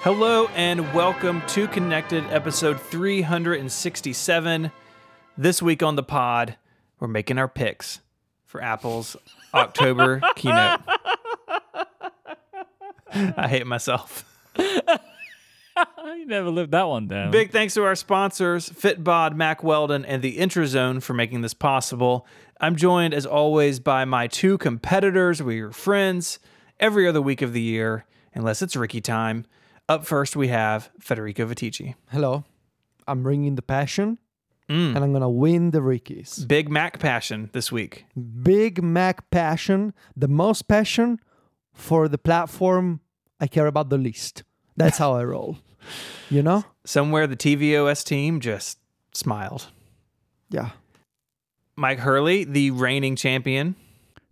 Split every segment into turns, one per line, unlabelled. Hello and welcome to Connected, episode 367. This week on the pod, we're making our picks for Apple's October keynote. I hate myself.
You never lived that one down.
Big thanks to our sponsors, Fitbod, Mac Weldon, and the Introzone for making this possible. I'm joined, as always, by my two competitors. We are friends every other week of the year, unless it's Ricky time. Up first, we have Federico Vitici.
Hello, I'm bringing the passion,
Mm.
and I'm gonna win the Rickies.
Big Mac passion this week.
Big Mac passion, the most passion for the platform I care about the least. That's how I roll. You know?
Somewhere the TVOS team just smiled.
Yeah.
Mike Hurley, the reigning champion.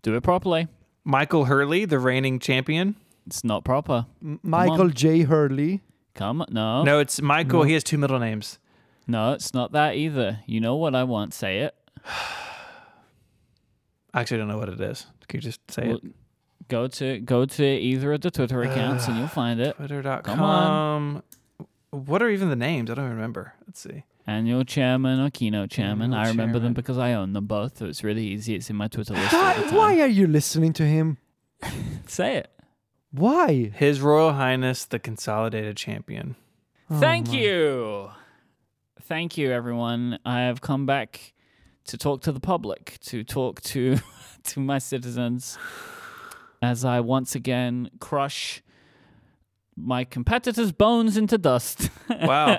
Do it properly.
Michael Hurley, the reigning champion.
It's not proper.
Michael J. Hurley.
Come no. No,
No, it's Michael. He has two middle names.
it's not that either. You know what I want, say it.
I actually don't know what it is. Can you just say
Well,
it?
Go to go to either of the Twitter accounts and you'll find it.
Twitter.com.
Come on.
What are even the names? I don't even remember. Let's see.
Annual chairman or keynote chairman.
Annual
I remember
chairman.
them because I own them both, so it's really easy. It's in my Twitter list. all
Why,
the
why
time.
are you listening to him?
Say it.
Why?
His Royal Highness, the Consolidated Champion.
Oh,
Thank you. Thank you, everyone. I have come back to talk to the public, to talk to to my citizens, as I once again crush my competitors' bones into dust
Wow.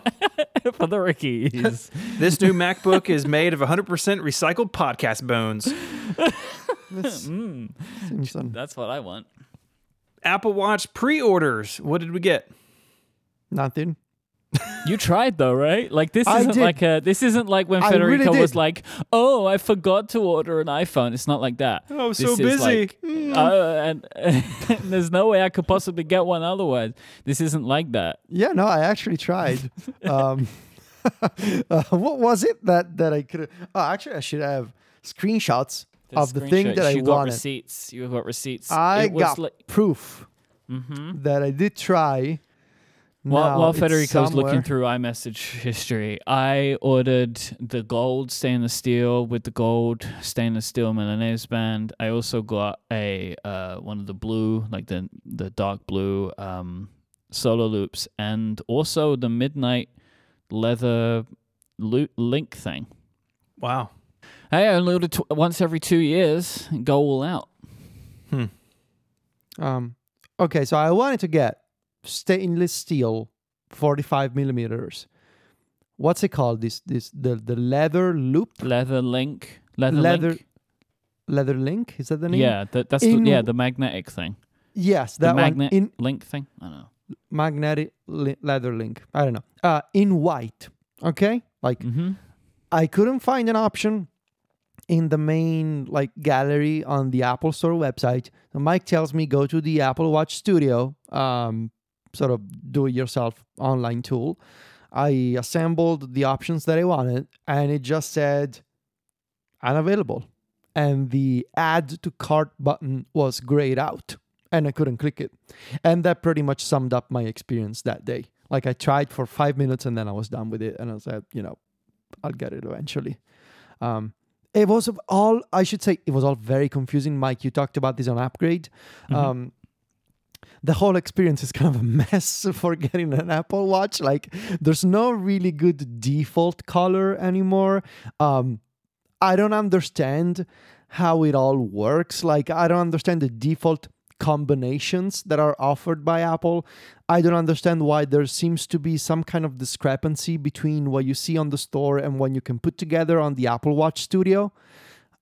for the Rickies.
this new MacBook is made of 100% recycled podcast bones.
Miss
Mm,
Simpson.
that's what I want.
Apple Watch pre orders. What did we get?
Nothing.
You tried though, right? Like this
I
isn't
did.
like a this isn't like when
I
Federico
really
was
did.
like, "Oh, I forgot to order an iPhone." It's not like that.
I was
This
so
is
busy.
like, uh, and, there's no way I could possibly get one otherwise. This isn't like that.
Yeah, no, I actually tried. um, uh, what was it that that I could? Oh, actually, I should have screenshots of the thing
Screenshot-
that I
you got
wanted.
receipts. You got receipts.
I
It was
got
like-
proof that I did try.
while,
Now
while
it's
Federico's
somewhere.
looking through iMessage history, I ordered the gold stainless steel with the gold stainless steel Milanese band. I also got a uh, one of the blue, like the the dark blue um, solo loops, and also the midnight leather loop link thing.
Wow.
Hey, I only order tw- once every two years. and Go all out.
Um, okay, so I wanted to get stainless steel, forty-five millimeters. What's it called? This this the the leather loop,
Leather link. Leather.
Leather
link?
leather link. Is that the name?
Yeah, that, that's
In-
the, yeah the magnetic thing.
Yes,
The
that
magnet
one in
link thing. I don't know.
magnetic li- leather link. I don't know. Uh, in white. Okay, like
Mm-hmm.
I couldn't find an option in the main like gallery on the Apple Store website. So Mike tells me go to the Apple Watch Studio, um, sort of do-it-yourself online tool. I assembled the options that I wanted, and it just said unavailable, and the add to cart button was grayed out, and I couldn't click it. And that pretty much summed up my experience that day. Like I tried for five minutes, and then I was done with it, and I said, you know, I'll get it eventually. Um, it was all I should say. It was all very confusing, Mike. You talked about this on upgrade.
Mm-hmm.
Um, the whole experience is kind of a mess for getting an Apple Watch. Like, there's no really good default color anymore. Um, I don't understand how it all works. Like, I don't understand the default combinations that are offered by Apple. I don't understand why there seems to be some kind of discrepancy between what you see on the store and what you can put together on the Apple Watch Studio.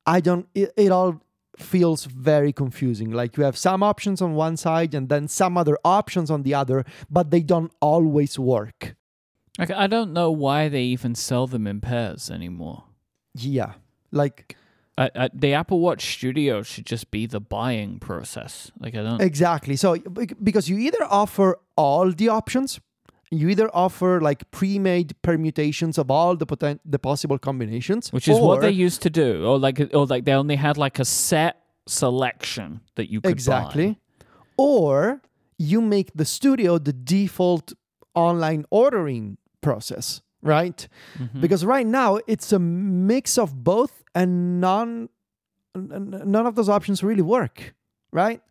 I don't, it, it all feels very confusing. Like, you have some options on one side and then some other options on the other, but they don't always work.
Like I don't know why they even sell them in pairs anymore.
Yeah. Like,
I, I, the Apple Watch Studio should just be the buying process. Like I don't.
Exactly. So bec- because you either offer all the options, you either offer like pre-made permutations of all the poten- the possible combinations,
which is what
or-
they used to do, or like or like they only had like a set selection that you could buy.
exactly, or you make the studio the default online ordering process, right?
Mm-hmm.
Because right now it's a mix of both, and none n- n- none of those options really work, right?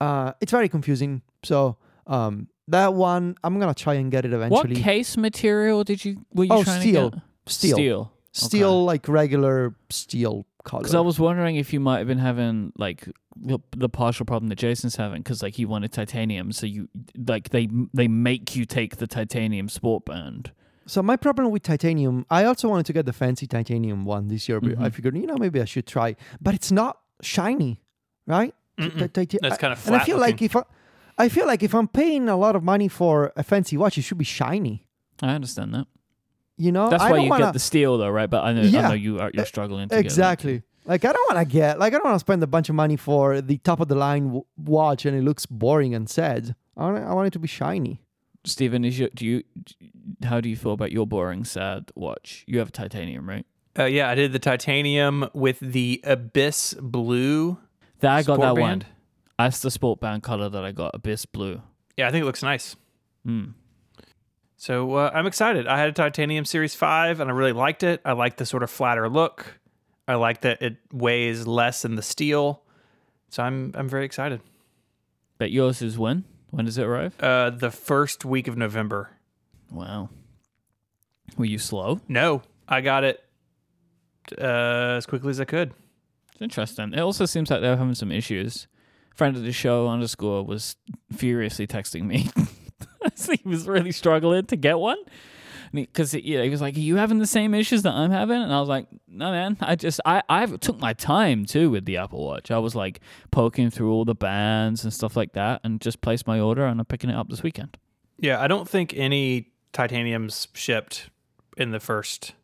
Uh, it's very confusing. So um, that one, I'm gonna try and get it
What
eventually.
case material did you were you
oh,
trying
steel.
to get?
steel, steel,
Steel.
like regular steel color.
Because I was wondering if you might have been having like the, the partial problem that Jason's having, because like he wanted titanium, so you like they they make you take the titanium sport band.
So my problem with titanium, I also wanted to get the fancy titanium one this year, but
Mm-hmm.
I figured, you know, maybe I should try. But it's not shiny, right? Ti- tita-
That's
I-
kinda
And I
flat
feel like
looking.
if I, I feel like if I'm paying a lot of money for a fancy watch, it should be shiny.
I understand that.
You know,
That's
I
why
don't
you
wanna,
get the steel, though, right? But I know I
Yeah. E,
know you are you're struggling to get that.
exactly. Like I don't want to get like I don't want to spend a bunch of money for the top of the line w- watch and it looks boring and sad. I want I want it to be shiny.
Stephen, is your do you how do you feel about your boring sad watch? You have titanium, right?
Uh, yeah, I did the titanium with the abyss blue.
That I got
Sport
that
band?
one. That's the sport band color that I got, abyss blue.
Yeah, I think it looks nice.
Mm.
So uh, I'm excited. I had a titanium series five, and I really liked it. I like the sort of flatter look. I like that it weighs less than the steel. So I'm I'm very excited.
But yours is when? When does it arrive?
Uh, the first week of November.
Wow. Were you slow?
No, I got it uh, as quickly as I could.
It's interesting. It also seems like they were having some issues. Friend of the show underscore was furiously texting me. So he was really struggling to get one. Because he, yeah, he was like, Are you having the same issues that I'm having? And I was like, No, man. I just, I, I took my time too with the Apple Watch. I was like poking through all the bands and stuff like that and just placed my order and I'm picking it up this weekend.
Yeah, I don't think any titaniums shipped in the first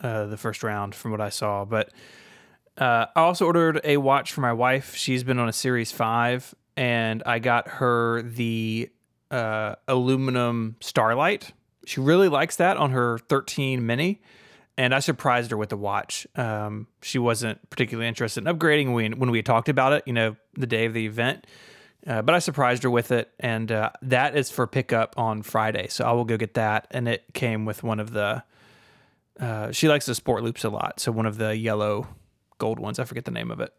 uh, the first round from what I saw. But uh, I also ordered a watch for my wife. She's been on a Series Five, and I got her the uh, aluminum Starlight. She really likes that on her 13 Mini, and I surprised her with the watch. Um, she wasn't particularly interested in upgrading when when we had talked about it. You know, the day of the event. Uh, but I surprised her with it, and uh, that is for pickup on Friday. So I will go get that, and it came with one of the. Uh, she likes the sport loops a lot, so one of the yellow, gold ones. I forget the name of it.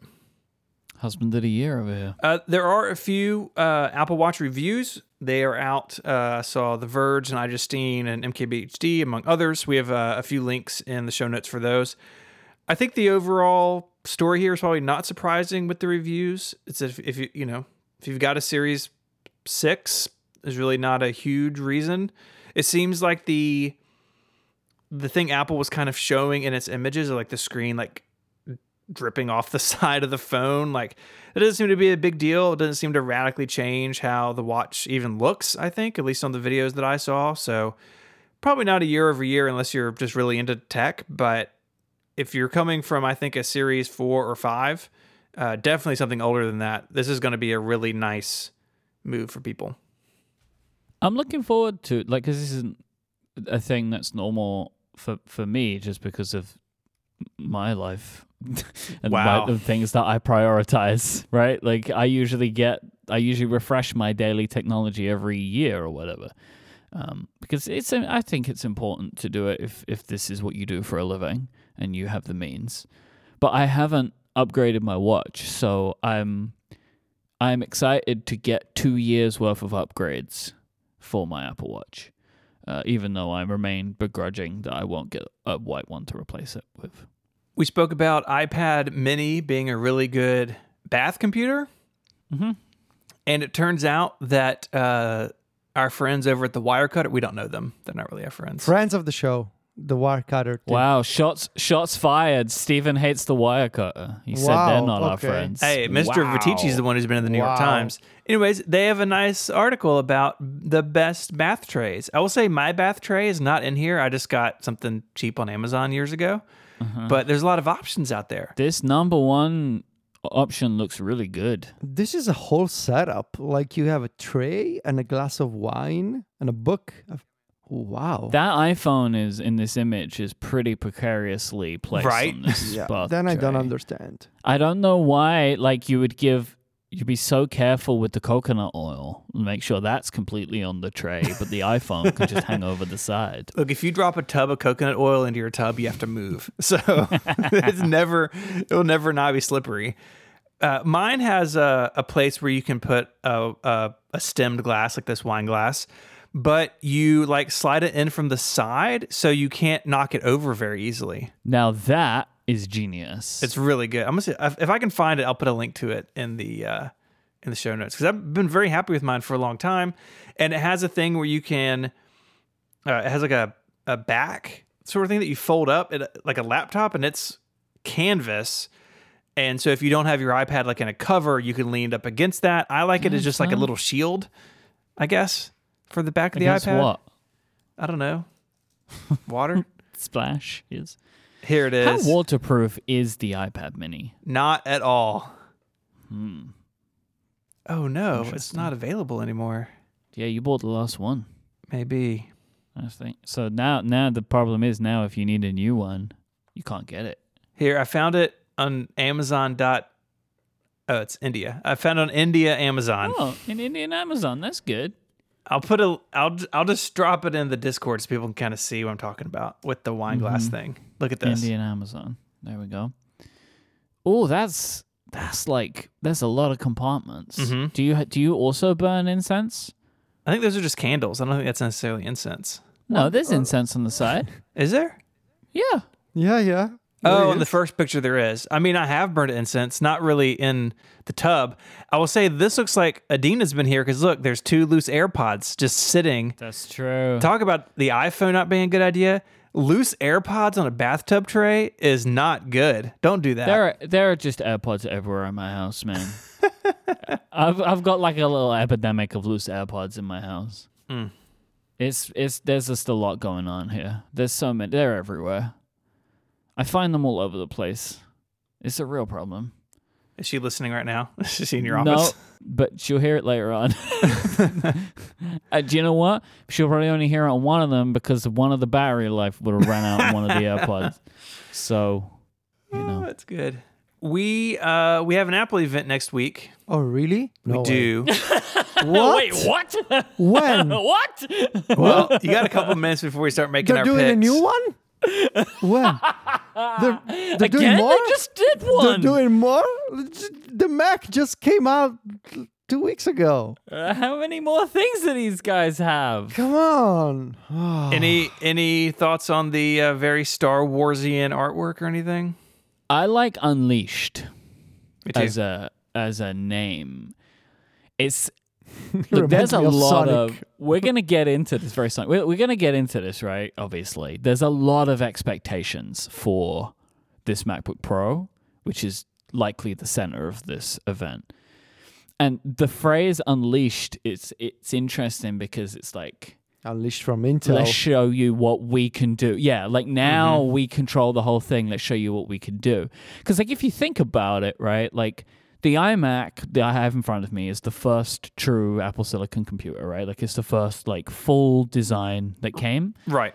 Husband of the year over here.
Uh, there are a few uh, Apple Watch reviews. They are out. Uh, I saw The Verge and I Justine and MKBHD, among others. We have uh, a few links in the show notes for those. I think the overall story here is probably not surprising with the reviews. It's if, if you you know if you've got a Series Six, there's really not a huge reason. It seems like the the thing Apple was kind of showing in its images, like the screen like dripping off the side of the phone. Like it doesn't seem to be a big deal. It doesn't seem to radically change how the watch even looks, I think, at least on the videos that I saw. So probably not a year over year unless you're just really into tech, but if you're coming from I think a series 4 or 5, uh, definitely something older than that. This is going to be a really nice move for people.
I'm looking forward to like because this isn't a thing that's normal for for me just because of my life and
Wow.
my, the things that I prioritize. Right, like I usually get I usually refresh my daily technology every year or whatever. Um, because it's I think it's important to do it if if this is what you do for a living and you have the means. But I haven't upgraded my watch, so I'm I'm excited to get two years worth of upgrades for my Apple Watch, uh, even though I remain begrudging that I won't get a white one to replace it with.
We spoke about iPad mini being a really good bath computer.
Mhm.
And it turns out that uh, our friends over at the Wirecutter, we don't know them. They're not really our friends.
Friends of the show, the wire cutter. team.
Wow, shots shots fired. Stephen hates the wire cutter. He said they're
Wow,
not our
okay.
friends.
Hey, Mr.
Wow.
Vitici's the one who's been in the New York
Wow.
Times. Anyways, they have a nice article about the best bath trays. I will say my bath tray is not in here. I just got something cheap on Amazon years ago. But there's a lot of options out there.
This number one option looks really good.
This is a whole setup. Like you have a tray and a glass of wine and a book. Of, wow.
That iPhone is in this image is pretty precariously placed
Right.
on this
yeah.
spot
Then I don't
tray.
understand.
I don't know why like you would give you be so careful with the coconut oil. Make sure that's completely on the tray, but the iPhone can just hang over the side.
Look, if you drop a tub of coconut oil into your tub, you have to move. So it's never, it'll never not be slippery. Uh, mine has a, a place where you can put a, a, a stemmed glass, like this wine glass, but you like slide it in from the side so you can't knock it over very easily.
Now that is genius.
It's really good. I'm gonna see if if I can find it. I'll put a link to it in the uh, in the show notes because I've been very happy with mine for a long time, and it has a thing where you can. Uh, it has like a a back sort of thing that you fold up, it, like a laptop, and it's canvas. And so if you don't have your iPad like in a cover, you can lean it up against that. I like
Mm,
it as just like a little shield, I guess, for the back of the
Guess
iPad.
what?
I don't know. Water.
Splash is.
Here it
How
is.
waterproof is the iPad Mini?
Not at all. Oh no, it's not available anymore.
Yeah, you bought the last one.
Maybe.
I think so. Now, now the problem is now if you need a new one, you can't get it.
Here, I found it on Amazon. Dot, oh, it's India. I found it on India Amazon.
Oh, in Indian Amazon, that's good.
I'll put a. I'll I'll just drop it in the Discord so people can kind of see what I'm talking about with the wine glass thing. Look at this.
Indian Amazon. There we go. Oh, that's that's like that's a lot of compartments. Do you ha- do you also burn incense?
I think those are just candles. I don't think that's necessarily incense.
No, there's incense on the side.
Is there?
Yeah.
Yeah, yeah.
Oh, in the first picture there is. I mean, I have burned incense, not really in the tub. I will say this looks like Adina's been here because look, there's two loose AirPods just sitting.
That's true.
Talk about the iPhone not being a good idea. Loose AirPods on a bathtub tray is not good. Don't do that.
There are there are just AirPods everywhere in my house, man. I've I've got like a little epidemic of loose AirPods in my house. It's it's there's just a lot going on here. There's so many. They're everywhere. I find them all over the place. It's a real problem.
Is she listening right now? Is she in your office?
but she'll hear it later on. Uh, do you know what? She'll probably only hear it on one of them because one of the battery life would have run out on one of the AirPods. So, you
Oh,
know,
that's good. We uh we have an Apple event next week.
Oh, really? No
we
way.
do.
What?
what?
When?
what?
well, you got a couple minutes before we start making
They're
our
doing
picks.
a new one? when? They're, they're doing more?
did
They're doing more? The Mac just came out two weeks ago.
Uh, how many more things do these guys have?
Come on. Oh.
Any any thoughts on the uh, very Star Warsian artwork or anything?
I like Unleashed
Me too.
as a as a name. It's Look,
Reminds
there's a
me of
lot
Sonic.
of. We're going to get into this very soon. We're, we're going to get into this, right? Obviously, there's a lot of expectations for this MacBook Pro, which is likely the center of this event. And the phrase "unleashed" it's it's interesting because it's like
Unleashed from Intel.
let's show you what we can do. Yeah, like now we control the whole thing. Let's show you what we can do. Because like if you think about it, right, like the iMac that I have in front of me is the first true Apple Silicon computer, right? Like it's the first like full design that came
right.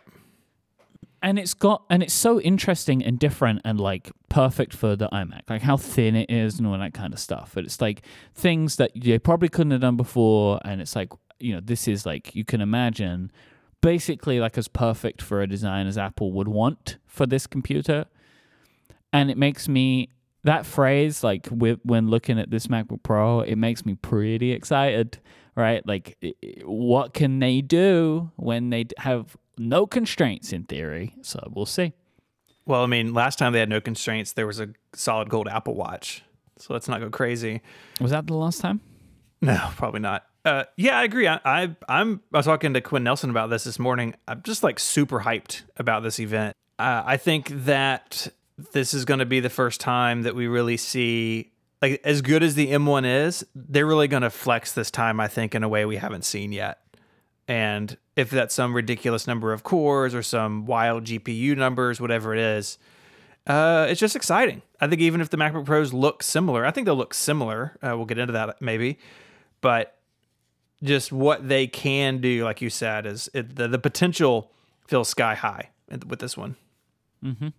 and it's got and it's so interesting and different and like perfect for the iMac, like how thin it is and all that kind of stuff. But it's like things that you probably couldn't have done before, and it's like you know this is like you can imagine, basically like as perfect for a design as Apple would want for this computer, and it makes me that phrase like whe- when looking at this MacBook Pro, it makes me pretty excited, right? Like, i- i- what can they do when they d- have no constraints in theory? So we'll see.
Well, I mean, last time they had no constraints. There was a solid gold Apple Watch. So let's not go crazy.
Was that the last time?
No, probably not. Uh, yeah, I agree. I, I I'm I was talking to Quinn Nelson about this this morning. I'm just like super hyped about this event. Uh, I think that this is going to be the first time that we really see like as good as the M1 is. They're really going to flex this time. I think in a way we haven't seen yet. And if that's some ridiculous number of cores or some wild GPU numbers, whatever it is, uh, it's just exciting. I think even if the MacBook Pros look similar, I think they'll look similar. Uh, we'll get into that maybe, but just what they can do, like you said, is it, the the potential feels sky high with this one.
Mhm.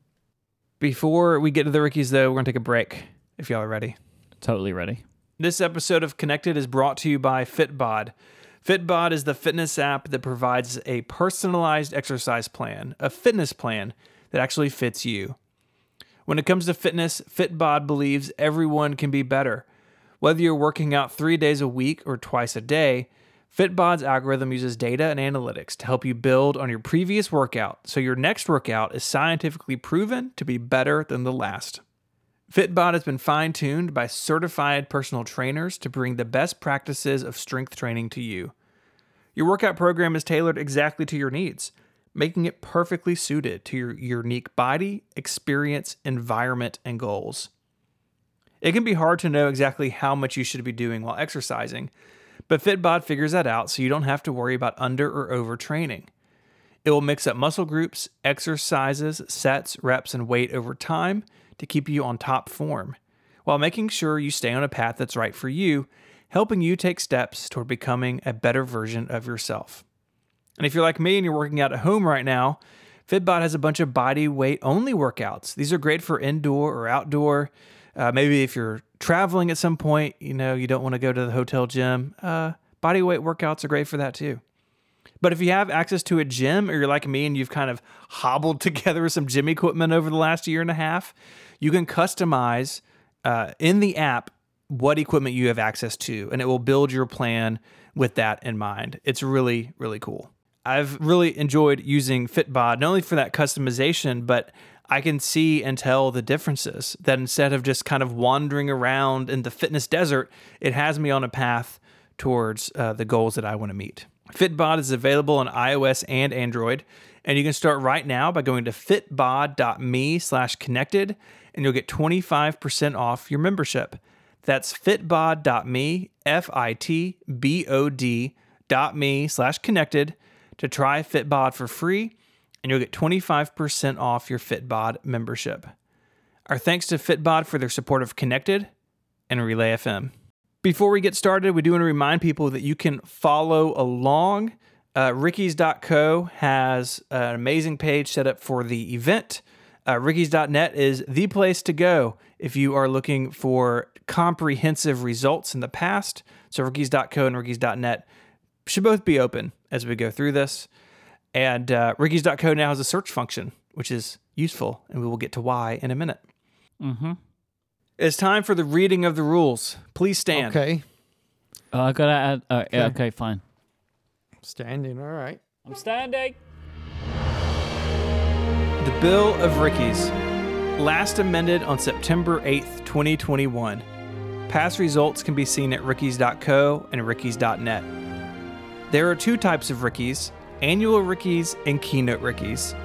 Before we get to the rookies, though, we're gonna take a break. If y'all are ready,
Totally ready.
This episode of Connected is brought to you by Fitbod. Fitbod is the fitness app that provides a personalized exercise plan, a fitness plan that actually fits you. When it comes to fitness, Fitbod believes everyone can be better. Whether you're working out three days a week or twice a day, Fitbod's algorithm uses data and analytics to help you build on your previous workout so your next workout is scientifically proven to be better than the last. Fitbod has been fine tuned by certified personal trainers to bring the best practices of strength training to you. Your workout program is tailored exactly to your needs, making it perfectly suited to your unique body, experience, environment, and goals. It can be hard to know exactly how much you should be doing while exercising, but Fitbod figures that out so you don't have to worry about under or over training. It will mix up muscle groups, exercises, sets, reps, and weight over time to keep you on top form, while making sure you stay on a path that's right for you, helping you take steps toward becoming a better version of yourself. And if you're like me and you're working out at home right now, Fitbod has a bunch of body weight only workouts. These are great for indoor or outdoor. Uh, maybe if you're traveling at some point, you know, you don't want to go to the hotel gym. Uh, body weight workouts are great for that too. But if you have access to a gym or you're like me and you've kind of hobbled together some gym equipment over the last year and a half, you can customize uh, in the app what equipment you have access to and it will build your plan with that in mind. It's really, really cool. I've really enjoyed using Fitbod, not only for that customization, but I can see and tell the differences. That instead of just kind of wandering around in the fitness desert, it has me on a path towards uh, the goals that I want to meet. Fitbod is available on iOS and Android, and you can start right now by going to fitbod.me slash connected, and you'll get 25% off your membership. That's fitbod.me, F-I-T-B-O-D dot me slash connected to try Fitbod for free, and you'll get 25% off your Fitbod membership. Our thanks to Fitbod for their support of Connected and Relay FM. Before we get started, we do want to remind people that you can follow along. Uh, Ricky's.co has an amazing page set up for the event. Uh, Ricky's.net is the place to go if you are looking for comprehensive results in the past. So, Ricky's.co and Ricky's.net should both be open as we go through this. And uh, Ricky's.co now has a search function, which is useful, and we will get to why in a minute.
Mm-hmm.
It's time for the reading of the rules. Please stand.
Okay.
Oh, I gotta add. Uh, okay. okay, fine.
Standing. All right.
I'm standing.
The Bill of Rickies, last amended on September 8th, 2021. Past results can be seen at rickies.co and rickies.net. There are two types of Rickies annual Rickies and keynote Rickies.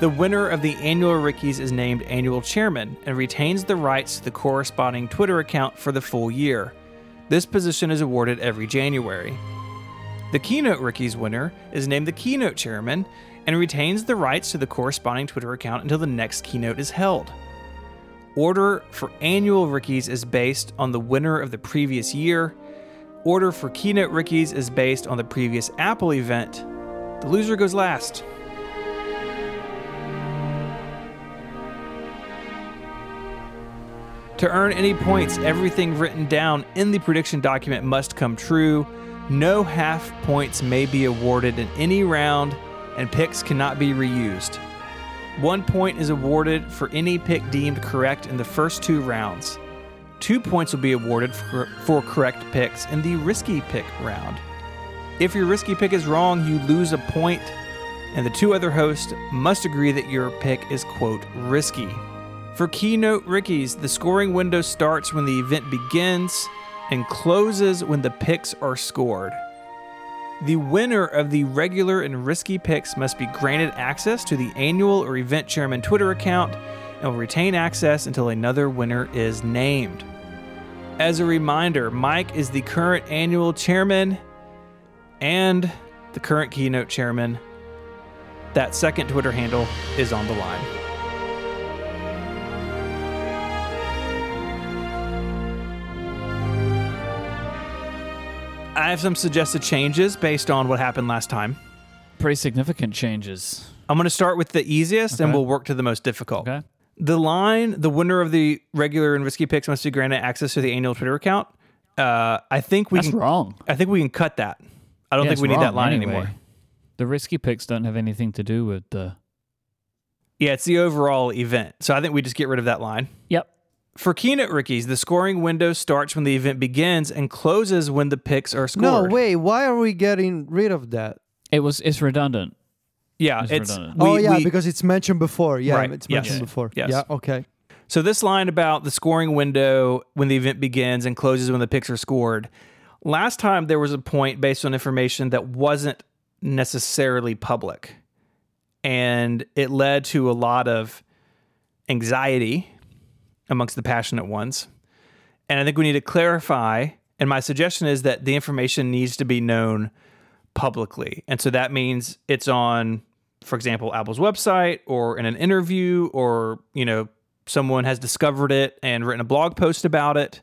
The winner of the annual Rickies is named annual chairman and retains the rights to the corresponding Twitter account for the full year. This position is awarded every January. The keynote Rickies winner is named the keynote chairman and retains the rights to the corresponding Twitter account until the next keynote is held. Order for annual Rickies is based on the winner of the previous year. Order for keynote Rickies is based on the previous Apple event. The loser goes last. To earn any points, everything written down in the prediction document must come true. No half points may be awarded in any round, and picks cannot be reused. One point is awarded for any pick deemed correct in the first two rounds. Two points will be awarded for, for correct picks in the risky pick round. If your risky pick is wrong, you lose a point, and the two other hosts must agree that your pick is, quote, risky. For Keynote Rickies, the scoring window starts when the event begins and closes when the picks are scored. The winner of the regular and risky picks must be granted access to the annual or event chairman Twitter account and will retain access until another winner is named. As a reminder, Mike is the current annual chairman and the current keynote chairman. That second Twitter handle is on the line. I have some suggested changes based on what happened last time.
Pretty significant changes.
I'm going to start with the easiest and
Okay.
we'll work to the most difficult.
Okay.
The line, the winner of the regular and risky picks must be granted access to the annual Twitter account, Uh, I think we
That's
can,
wrong.
I think we can cut that. I don't think
Yeah, it's
we need that
wrong
line
anyway.
anymore.
The risky picks don't have anything to do with the.
Yeah, it's the overall event. So I think we just get rid of that line.
Yep.
For keynote rookies, the scoring window starts when the event begins and closes when the picks are scored.
No, wait. Why are we getting rid of that?
It was. It's redundant.
Yeah,
It's
it's
redundant.
we-
oh yeah,
we-
because it's mentioned before. Yeah,
Right,
it's
yes.
mentioned before.
Yes.
Yeah. Okay.
So this line about the scoring window when the event begins and closes when the picks are scored. Last time there was a point based on information that wasn't necessarily public. And it led to a lot of anxiety amongst the passionate ones. And I think we need to clarify and my suggestion is that the information needs to be known publicly. And so that means it's on, for example, Apple's website or in an interview or, you know, someone has discovered it and written a blog post about it.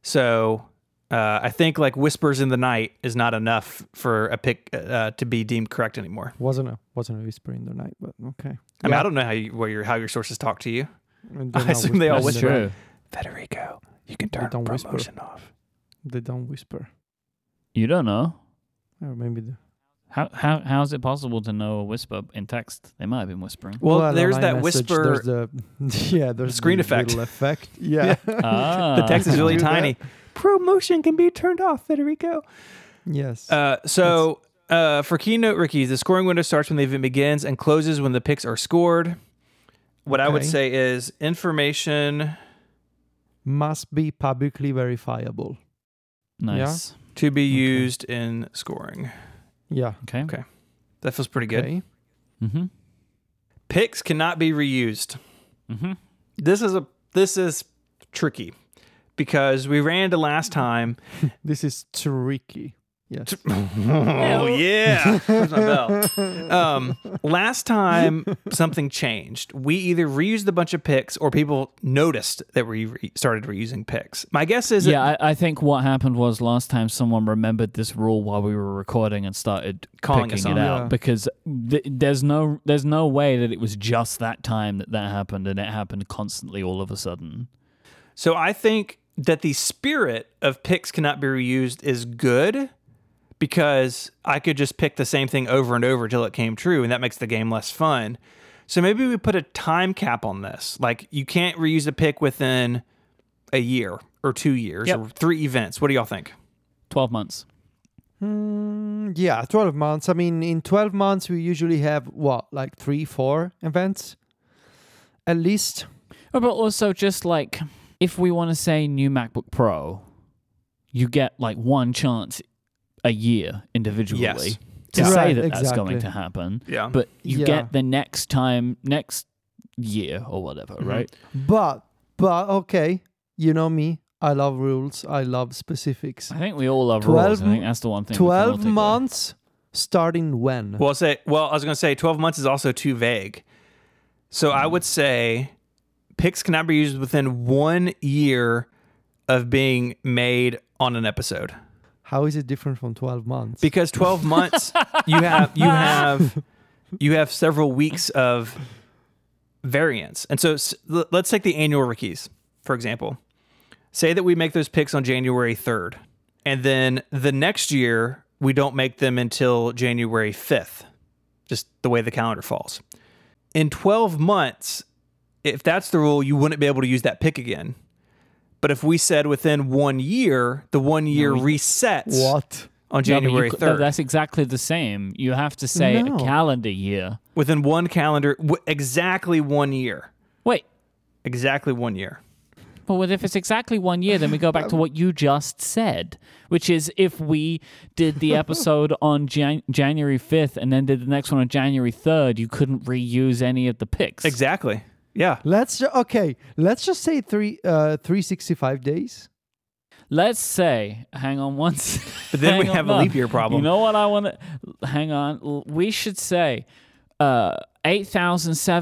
So uh, I think like whispers in the night is not enough for a pick uh, to be deemed correct anymore.
Wasn't a wasn't a whisper in the night, but okay.
I mean, I don't know how you, where your, how your sources talk to you.
And
I
they're not
assume they all
whispering
went
That's
in the night.
true.
Federico, you can turn
don't whisper.
promotion off.
They don't whisper.
You don't know.
Or maybe the,
How how how is it possible to know a whisper in text? They might have been whispering.
Well,
an
there's
online
that
message,
whisper.
There's the yeah. There's
screen
the
effect.
little effect. Yeah.
Ah.
the text is really
Do that.
tiny. Uh, Promotion can be turned off, Federico.
yes.
Uh, so uh, for keynote rookies, the scoring window starts when the event begins and closes when the picks are scored. What I would
Okay.
say is information
Must be publicly verifiable.
Nice.
to be used in scoring.
Yeah.
Okay.
Okay. That feels pretty good.
Okay.
Mhm.
Picks cannot be reused.
Mhm.
This is a this is tricky because we ran to last time.
This is tricky. Yes.
Oh yeah, Where's my bell? Um, last time something changed. We either reused a bunch of picks, or people noticed that we re- started reusing picks. My guess is
Yeah, I, I think what happened was last time someone remembered this rule while we were recording and started
Calling us on
picking it
it.
out
Yeah.
because th- there's no there's no way that it was just that time that that happened and it happened constantly all of a sudden.
So I think that the spirit of picks cannot be reused is good because I could just pick the same thing over and over till it came true, and that makes the game less fun. So maybe we put a time cap on this. Like you can't reuse a pick within a year or two years
Yep.
or three events. What do y'all think?
Twelve months.
Mm, yeah, 12 months. I mean, in 12 months, we usually have what, like three, four events? At least.
Oh, but also just like if we want to say new MacBook Pro, you get like one chance a year individually
Yes. Um,
to
Yeah.
say
Right,
that that's going
exactly.
to happen.
Yeah.
But you
Yeah.
get the next time next year or whatever,
Mm-hmm.
right?
But, but okay, you know me. I love rules, I love specifics.
I think we all love
12
rules. I think that's the one thing. we can all
12
take away.
months starting when?
Well, say well, I was going to say 12 months is also too vague. So I would say picks cannot be used within 1 year of being made on an episode.
How is it different from 12 months?
Because 12 months you have you have you have several weeks of variance. And so s- l- let's take the annual rookies, for example. Say that we make those picks on January 3rd, and then the next year we don't make them until January 5th, just the way the calendar falls. In 12 months, if that's the rule, you wouldn't be able to use that pick again. But if we said within one year, the one year resets
what?
on
No, but you
January
c- no,
3rd.
that's exactly the same. You have to say
No.
a calendar year.
within one calendar, w- exactly one year.
Wait,
Exactly one year.
Well, what if it's exactly one year, then we go back to what you just said, which is if we did the episode on Jan- January 5th and then did the next one on January 3rd, you couldn't reuse any of the picks.
Exactly. Yeah.
Let's ju- okay. Let's just say three, uh, three sixty-five days.
Let's say, hang on one second.
But then we have a leap year problem.
You know what I want to, hang on. L- We should say uh,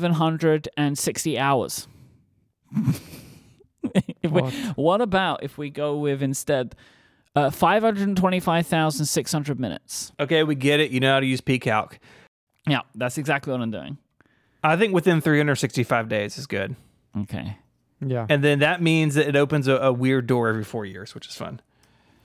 8,760 hours. If we-
What?
what about if we go with instead uh, 525,600 minutes?
Okay, we get it. You know how to use PCalc.
Yeah, that's exactly what I'm doing.
I think within 365 days is good.
Okay.
Yeah.
And then that means that it opens a, a weird door every four years, which is fun.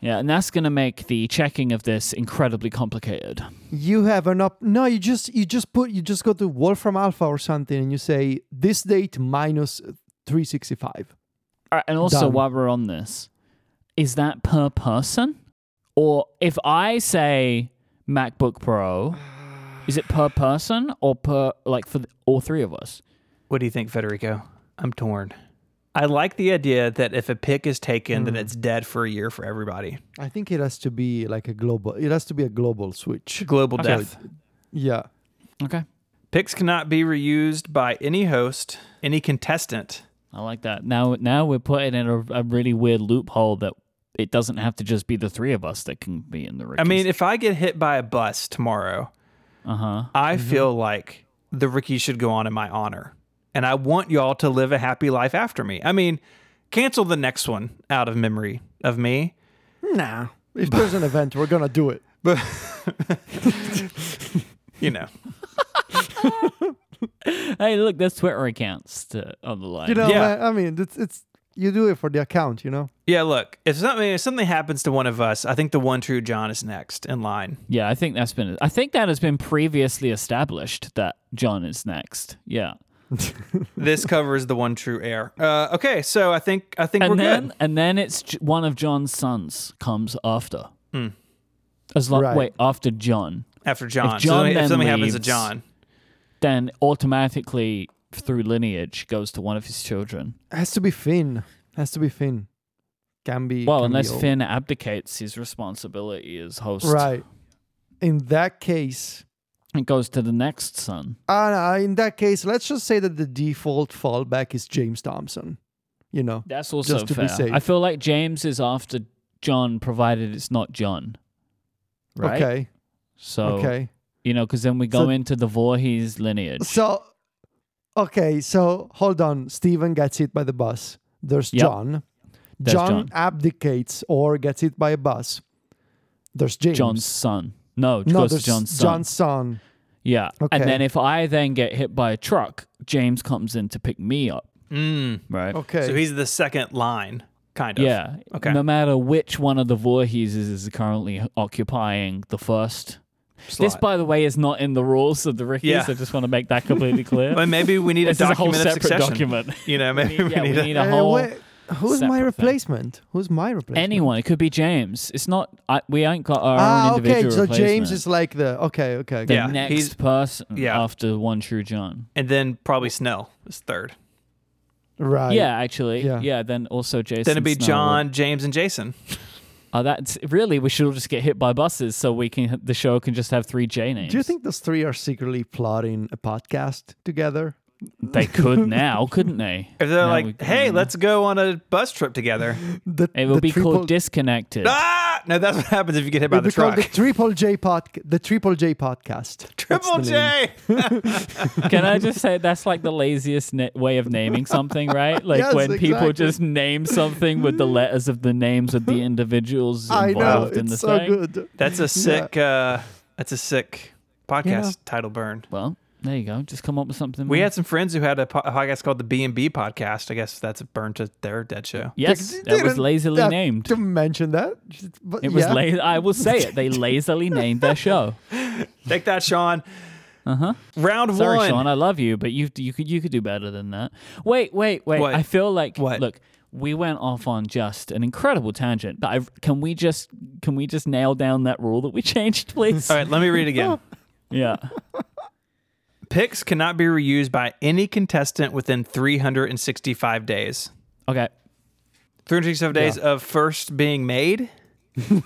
Yeah, and that's gonna make the checking of this incredibly complicated.
You have an up. No, you just you just put you just go to Wolfram Alpha or something, and you say this date minus 365.
All right, Uh, and also
Done.
while we're on this, is that per person? Or if I say MacBook Pro, is it per person or per like for the, all three of us?
What do you think, Federico? I'm torn. I like the idea that if a pick is taken,
Hmm.
then it's dead for a year for everybody.
I think it has to be like a global. It has to be a global switch.
Global
Okay.
death.
Yeah.
Okay.
Picks cannot be reused by any host, any contestant.
I like that. Now now we're putting in a, a really weird loophole that it doesn't have to just be the three of us that can be in the Rickies.
I mean, if I get hit by a bus tomorrow,
uh-huh.
I feel like the Ricky should go on in my honor. And I want y'all to live a happy life after me. I mean, cancel the next one out of memory of me.
Nah. If there's an event, we're gonna do it.
But you know.
Hey, look, there's Twitter accounts to, on the line.
You know.
Yeah.
man, I mean, it's it's you do it for the account. You know.
Yeah, look, if something if something happens to one of us, I think the one true John is next in line.
yeah, I think that's been I think that has been previously established that John is next. Yeah.
This covers the one true heir. Uh, okay, so I think I think
and
we're
then
good.
and then it's J- one of John's sons comes after. As long
Right.
wait after John,
After John, so
John
something- if
then
something happens to
leaves-
John,
then automatically through lineage goes to one of his children.
Has to be Finn. Has to be Finn. Can be.
Well,
can be
unless
all-
Finn abdicates his responsibility as host,
Right. In that case,
It goes to the next son.
uh, in that case, let's just say that the default fallback is James Thompson. You know.
That's also
Just to
fair.
be safe.
I feel like James is after John, provided it's not John. Right.
Okay.
So
Okay.
you know, because then we go
So-
into the Voorhees lineage.
So, okay, so hold on. Stephen gets hit by the bus. There's
Yep.
John.
There's
John,
John.
abdicates or gets hit by a bus. There's James.
John's son. No, it
no,
goes to
there's
John's son.
John's son.
Yeah.
Okay.
And then if I then get hit by a truck, James comes in to pick me up.
Mm.
Right.
Okay.
so he's the second line, kind of.
Yeah.
Okay.
No matter which one of the Voorhees is currently occupying the first. This,
slot.
by the way, is not in the rules of the Rickies.
Yeah.
I just want to make that completely clear.
But maybe we need a
this is a whole
document of
separate
succession.
document.
You know, maybe we need,
yeah, we need
a,
a
Uh,
whole.
wait, who's
separate
my
thing.
replacement? Who's my replacement?
Anyone. It could be James. It's not. I, we ain't got our
Ah,
own
okay.
individual
So James
replacement.
is like the okay, okay.
the
okay.
Yeah,
next
he's-
person
yeah.
after One True John.
and then probably Snell is third.
Right.
yeah, actually.
yeah.
Yeah. Then also Jason.
Then it'd be
Snell would-
John, James, and Jason.
Oh, that's really. We should all just get hit by buses, so we can. The show can just have three J names.
Do you think those three are secretly plotting a podcast together?
they could now? Couldn't they?
If they're
Now we
like,
can-
"Hey, let's go on a bus trip together,"
The,
It will
the
be
triple-
called disconnected.
ah, no, that's what happens if you get hit by
It'll
the
be called
truck.
the Triple J pod, the Triple J podcast. That's
Triple
the name.
J.
Can I just say that's like the laziest na- way of naming something, right? Like
Yes,
when people
exactly.
just name something with the letters of the names of the individuals
I know
involved in the
it's so
thing.
good.
That's a sick. Uh, that's a sick podcast title burn.
Well, there you go. Just come up with something.
We
more.
had some friends who had a, po- a podcast called the B and B podcast. I guess that's a burn to their dead show.
yes, that was lazily
That-
named.
To mention that, just- but
It was
yeah.
la- I will say it. They lazily named their show.
Take that, Sean.
Uh huh.
Round
Sorry,
one.
Sean, I love you, but you you could you could do better than that. Wait, wait, wait.
What?
I feel like
What?
look, we went off on just an incredible tangent, but I, can we just can we just nail down that rule that we changed, please?
All right, let me read
Oh.
again.
Yeah.
Picks cannot be reused by any contestant within 365 days.
Okay.
367 days of first being made.
there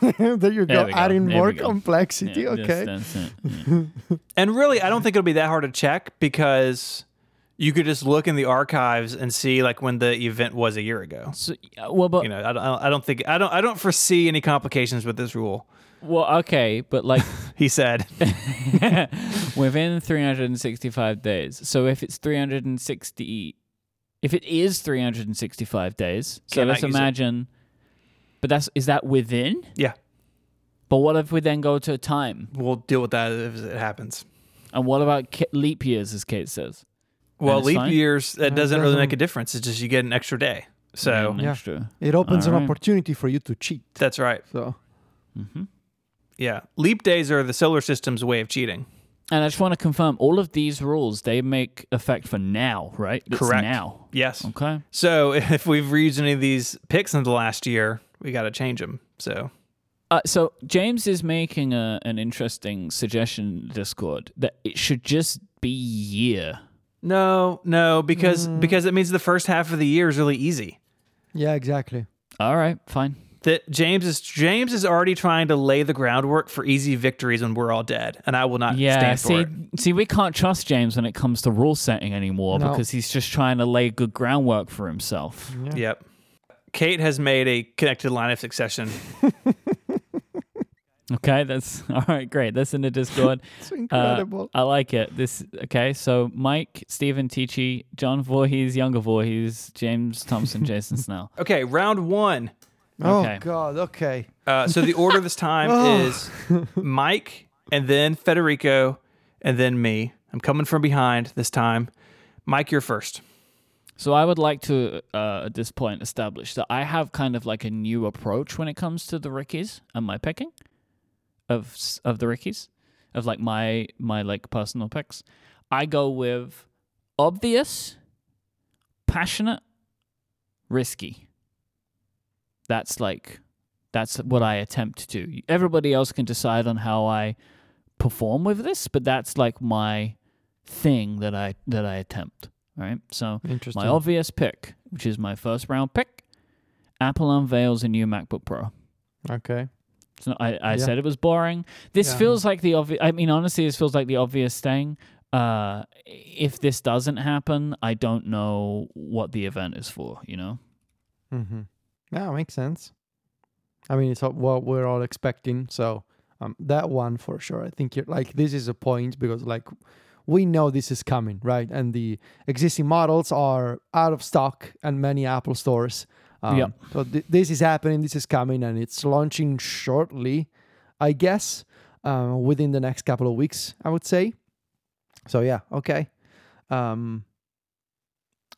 you go,
we go,
adding
there
more
we go.
complexity.
Yeah,
okay,
that's- that's it.
And really, I don't think it'll be that hard to check because you could just look in the archives and see like when the event was a year ago.
So, uh, well, but
You know, I don't, I don't think I don't I don't foresee any complications with this rule.
well, okay, but like
He said.
within 365 days. So if it's 360, if it is 365 days, so
Cannot
let's
use it.
imagine. But that's is that within?
yeah,
But what if we then go to time?
we'll deal with that if it happens.
And what about ki- leap years, as Kate says?
Well,
it's
leap
fine?
years that doesn't really
doesn't-
make a difference. It's just you get an extra day. So
an
Yeah.
extra.
It opens an
Alright.
opportunity for you to cheat.
that's right.
So
hmm
Yeah. Leap days are the solar system's way of cheating.
And I just want to confirm all of these rules they make effect for now, right? It's
Correct.
Now.
Yes.
Okay.
So if we've reused any of these picks in the last year, we got to change them. So
Uh, so James is making a, an interesting suggestion in Discord that it should just be year.
no, no, because because it means the first half of the year is really easy.
yeah, exactly.
All right, fine.
That James is James is already trying to lay the groundwork for easy victories when we're all dead, and I will not
Yeah,
stand for
see,
it.
see, we can't trust James when it comes to rule setting anymore
No.
because he's just trying to lay good groundwork for himself.
Yep. Kate has made a connected line of succession.
Okay, that's all right. Great, that's in the Discord.
It's
Uh,
incredible.
I like it. This okay. So Mike, Stephen Tichy, John Voorhees, younger Voorhees, James Thompson, Jason Snell.
Okay, round one.
Uh, okay.
Oh God. Okay.
Uh, so the order this time
Oh.
is Mike, and then Federico, and then me. I'm coming from behind this time. Mike, you're first.
So I would like to, uh, at this point, establish that I have kind of like a new approach when it comes to the Rickies and my picking of s- of the Rickies, of like my my like personal picks. I go with obvious, passionate, risky. That's like that's what I attempt to do. Everybody else can decide on how I perform with this, but that's like my thing that I that I attempt. All right, so.
Interesting.
My obvious pick, which is my first round pick, Apple unveils a new MacBook Pro.
okay.
It's not, I, I
Yeah.
said it was boring. This
Yeah.
feels like the obvious. I mean, honestly, this feels like the obvious thing. Uh, if this doesn't happen, I don't know what the event is for. You know,
Mm-hmm. Yeah, makes sense. I mean, it's what we're all expecting. So um, that one for sure. I think you're like this is a point because like we know this is coming, right? And the existing models are out of stock and many Apple stores. Um,
Yep.
So th- this is happening. This is coming, and it's launching shortly, I guess, uh, within the next couple of weeks. I would say. So yeah, okay. Um,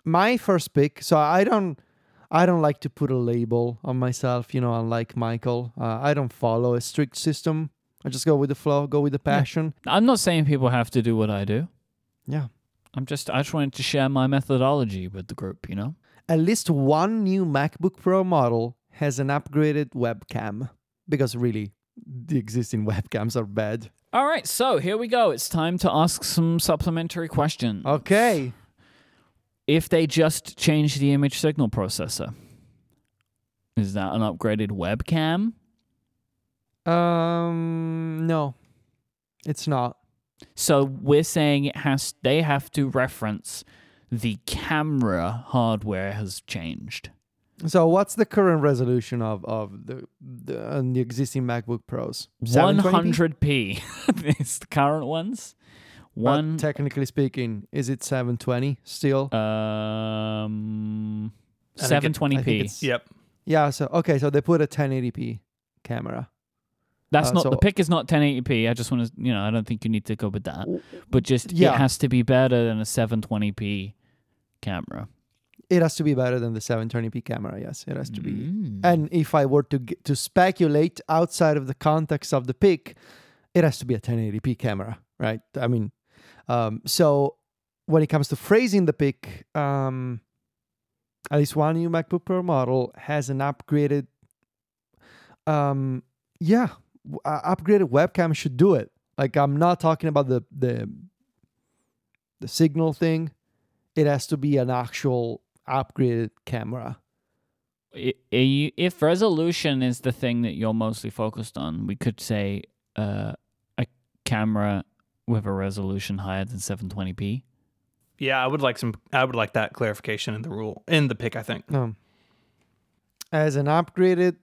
my first pick. So I don't. I don't like to put a label on myself, you know, unlike Michael. Uh, I don't follow a strict system. I just go with the flow, go with the passion.
I'm not saying people have to do what I do.
Yeah.
I'm just I just wanted to share my methodology with the group. You know,
At least one new MacBook Pro model has an upgraded webcam because really, the existing webcams are bad.
All right, so here we go. It's time to ask some supplementary questions.
Okay.
If they just change the image signal processor, is that an upgraded webcam?
Um no. It's not.
So we're saying it has they have to reference the camera hardware has changed.
So what's the current resolution of of the the, uh, the existing MacBook Pros? 720p?
100p. it's the current ones.
But
One
technically speaking, is it 720 still?
um
I think it-
I think
720p.
it's-
Yep.
Yeah, so okay, so they put a 1080p camera.
That's
uh,
not
so-
the pick is not 1080p. I just want to you know, I don't think you need to go with that. But just
Oh. Yeah.
it has to be better than a 720p camera.
It has to be better than the 720p camera. Yes, it has to be.
Mm.
And if I were to g- to speculate outside of the context of the pic, it has to be a 1080p camera, right? I mean, um, so when it comes to phrasing the pic, um, at least one new MacBook Pro model has an upgraded, um, yeah, w- uh, upgraded webcam should do it. Like I'm not talking about the the the signal thing. It has to be an actual upgraded camera.
I- are you- if resolution is the thing that you're mostly focused on, we could say uh, a camera with a resolution higher than 720p.
Yeah, I would like some. I would like that clarification in the rule in the pick. I think.
Um, as an upgraded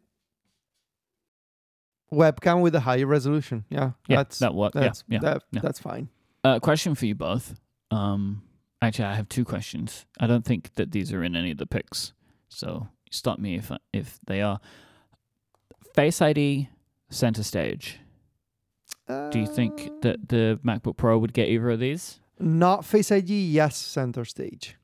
webcam with a higher resolution. Yeah,
Yeah,
that's
that what? Yeah,
that's
yeah.
that,
yeah.
that's fine.
Uh, question for you both. Um, actually, I have two questions. I don't think that these are in any of the picks, so stop me if I, if they are. Face ID, center stage. Do you think
Uh,
that the MacBook Pro would get either of these?
not Face ID? Yes, center stage.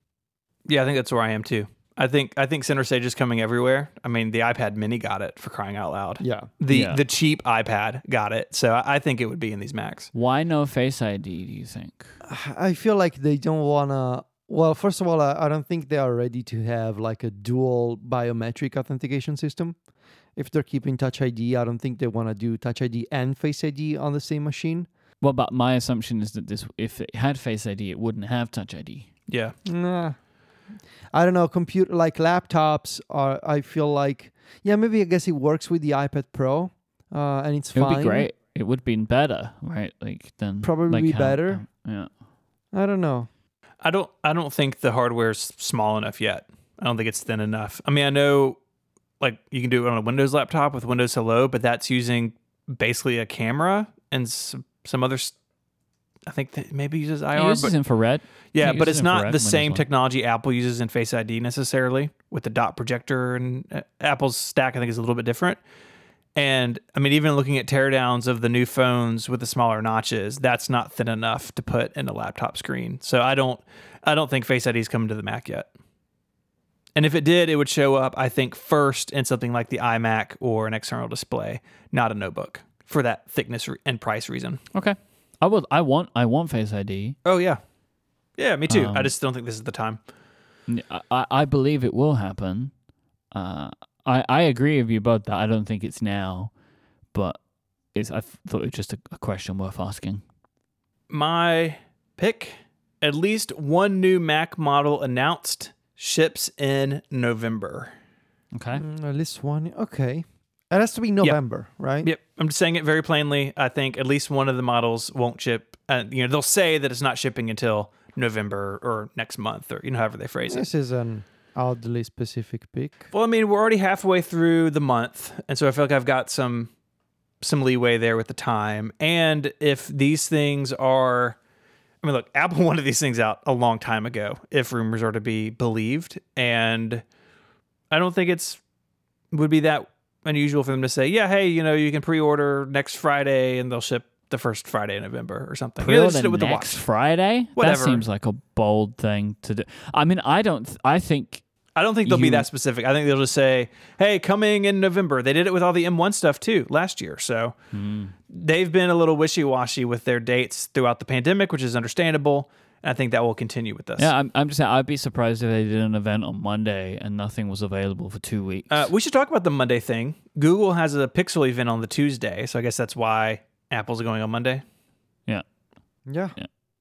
Yeah, I think that's where I am too. I think I think center stage is coming everywhere. I mean, the iPad Mini got it for crying out loud.
Yeah.
The
Yeah.
the cheap iPad got it, so I, I think it would be in these Macs.
Why no Face ID? Do you think?
I feel like they don't want to. Well, first of all, I, I don't think they are ready to have like a dual biometric authentication system. If they're keeping Touch ID, I don't think they want to do Touch ID and Face ID on the same machine.
Well, but my assumption is that this, if it had Face ID, it wouldn't have Touch ID.
Yeah,
Nah. I don't know. Computer like laptops are. I feel like yeah, maybe I guess it works with the iPad Pro, uh, and it's
It would
fine.
be great. It would be better, right? Like then
Probably
like
better.
Yeah.
I don't know.
I don't I don't think the hardware's small enough yet. I don't think it's thin enough. I mean, I know like you can do it on a Windows laptop with Windows Hello, but that's using basically a camera and some, some other. s- I think that maybe uses IR,
It uses
but
infrared.
yeah,
it
but
uses
it's not
infrared
the
when it's
same
on.
technology Apple uses in Face ID necessarily with the dot projector and uh, Apple's stack. I think is a little bit different. And I mean, even looking at teardowns of the new phones with the smaller notches, that's not thin enough to put in a laptop screen. So I don't, I don't think Face ID is coming to the Mac yet. And if it did, it would show up, I think, first in something like the iMac or an external display, not a notebook, for that thickness re- and price reason.
Okay. I would. I want. I want Face ID.
Oh yeah, yeah, me too. I
Um,
just don't think this is the time.
N- I, I- I believe it will happen. Uh, I I agree with you both that I don't think it's now, but it's. I thought it was just a, a question worth asking.
my pick. At least one new Mac model announced ships in November.
Okay.
Mm, at least one. Okay. It has to be November, right?
Yep, I'm just saying it very plainly. I think at least one of the models won't ship. Uh, you know, they'll say that it's not shipping until November or next month or you know however they phrase it.
This is an oddly specific pick.
Well, I mean, we're already halfway through the month, and so I feel like I've got some some leeway there with the time. And if these things are I mean, look, Apple wanted these things out a long time ago, if rumors are to be believed, and I don't think it's would be that unusual for them to say, "Yeah, hey, you know, you can pre-order next Friday and they'll ship the first Friday in November or something." You know, they just
Pre-order
did it with the
next
watch.
Friday.
Whatever.
That seems like a bold thing to do. I mean, I don't. Th- I think
I don't think they'll be
You-
that specific. I think they'll just say, "Hey, coming in November." They did it with all the M1 stuff too last year, so they've been a little wishy-washy with their dates throughout the pandemic, which is understandable. And I think that will continue with this.
Yeah, I'm, I'm just saying, I'd be surprised if they did an event on Monday and nothing was available for two weeks.
Uh, we should talk about the Monday thing. Google has a Pixel event on the Tuesday, so I guess that's why Apple's going on Monday.
Yeah.
There-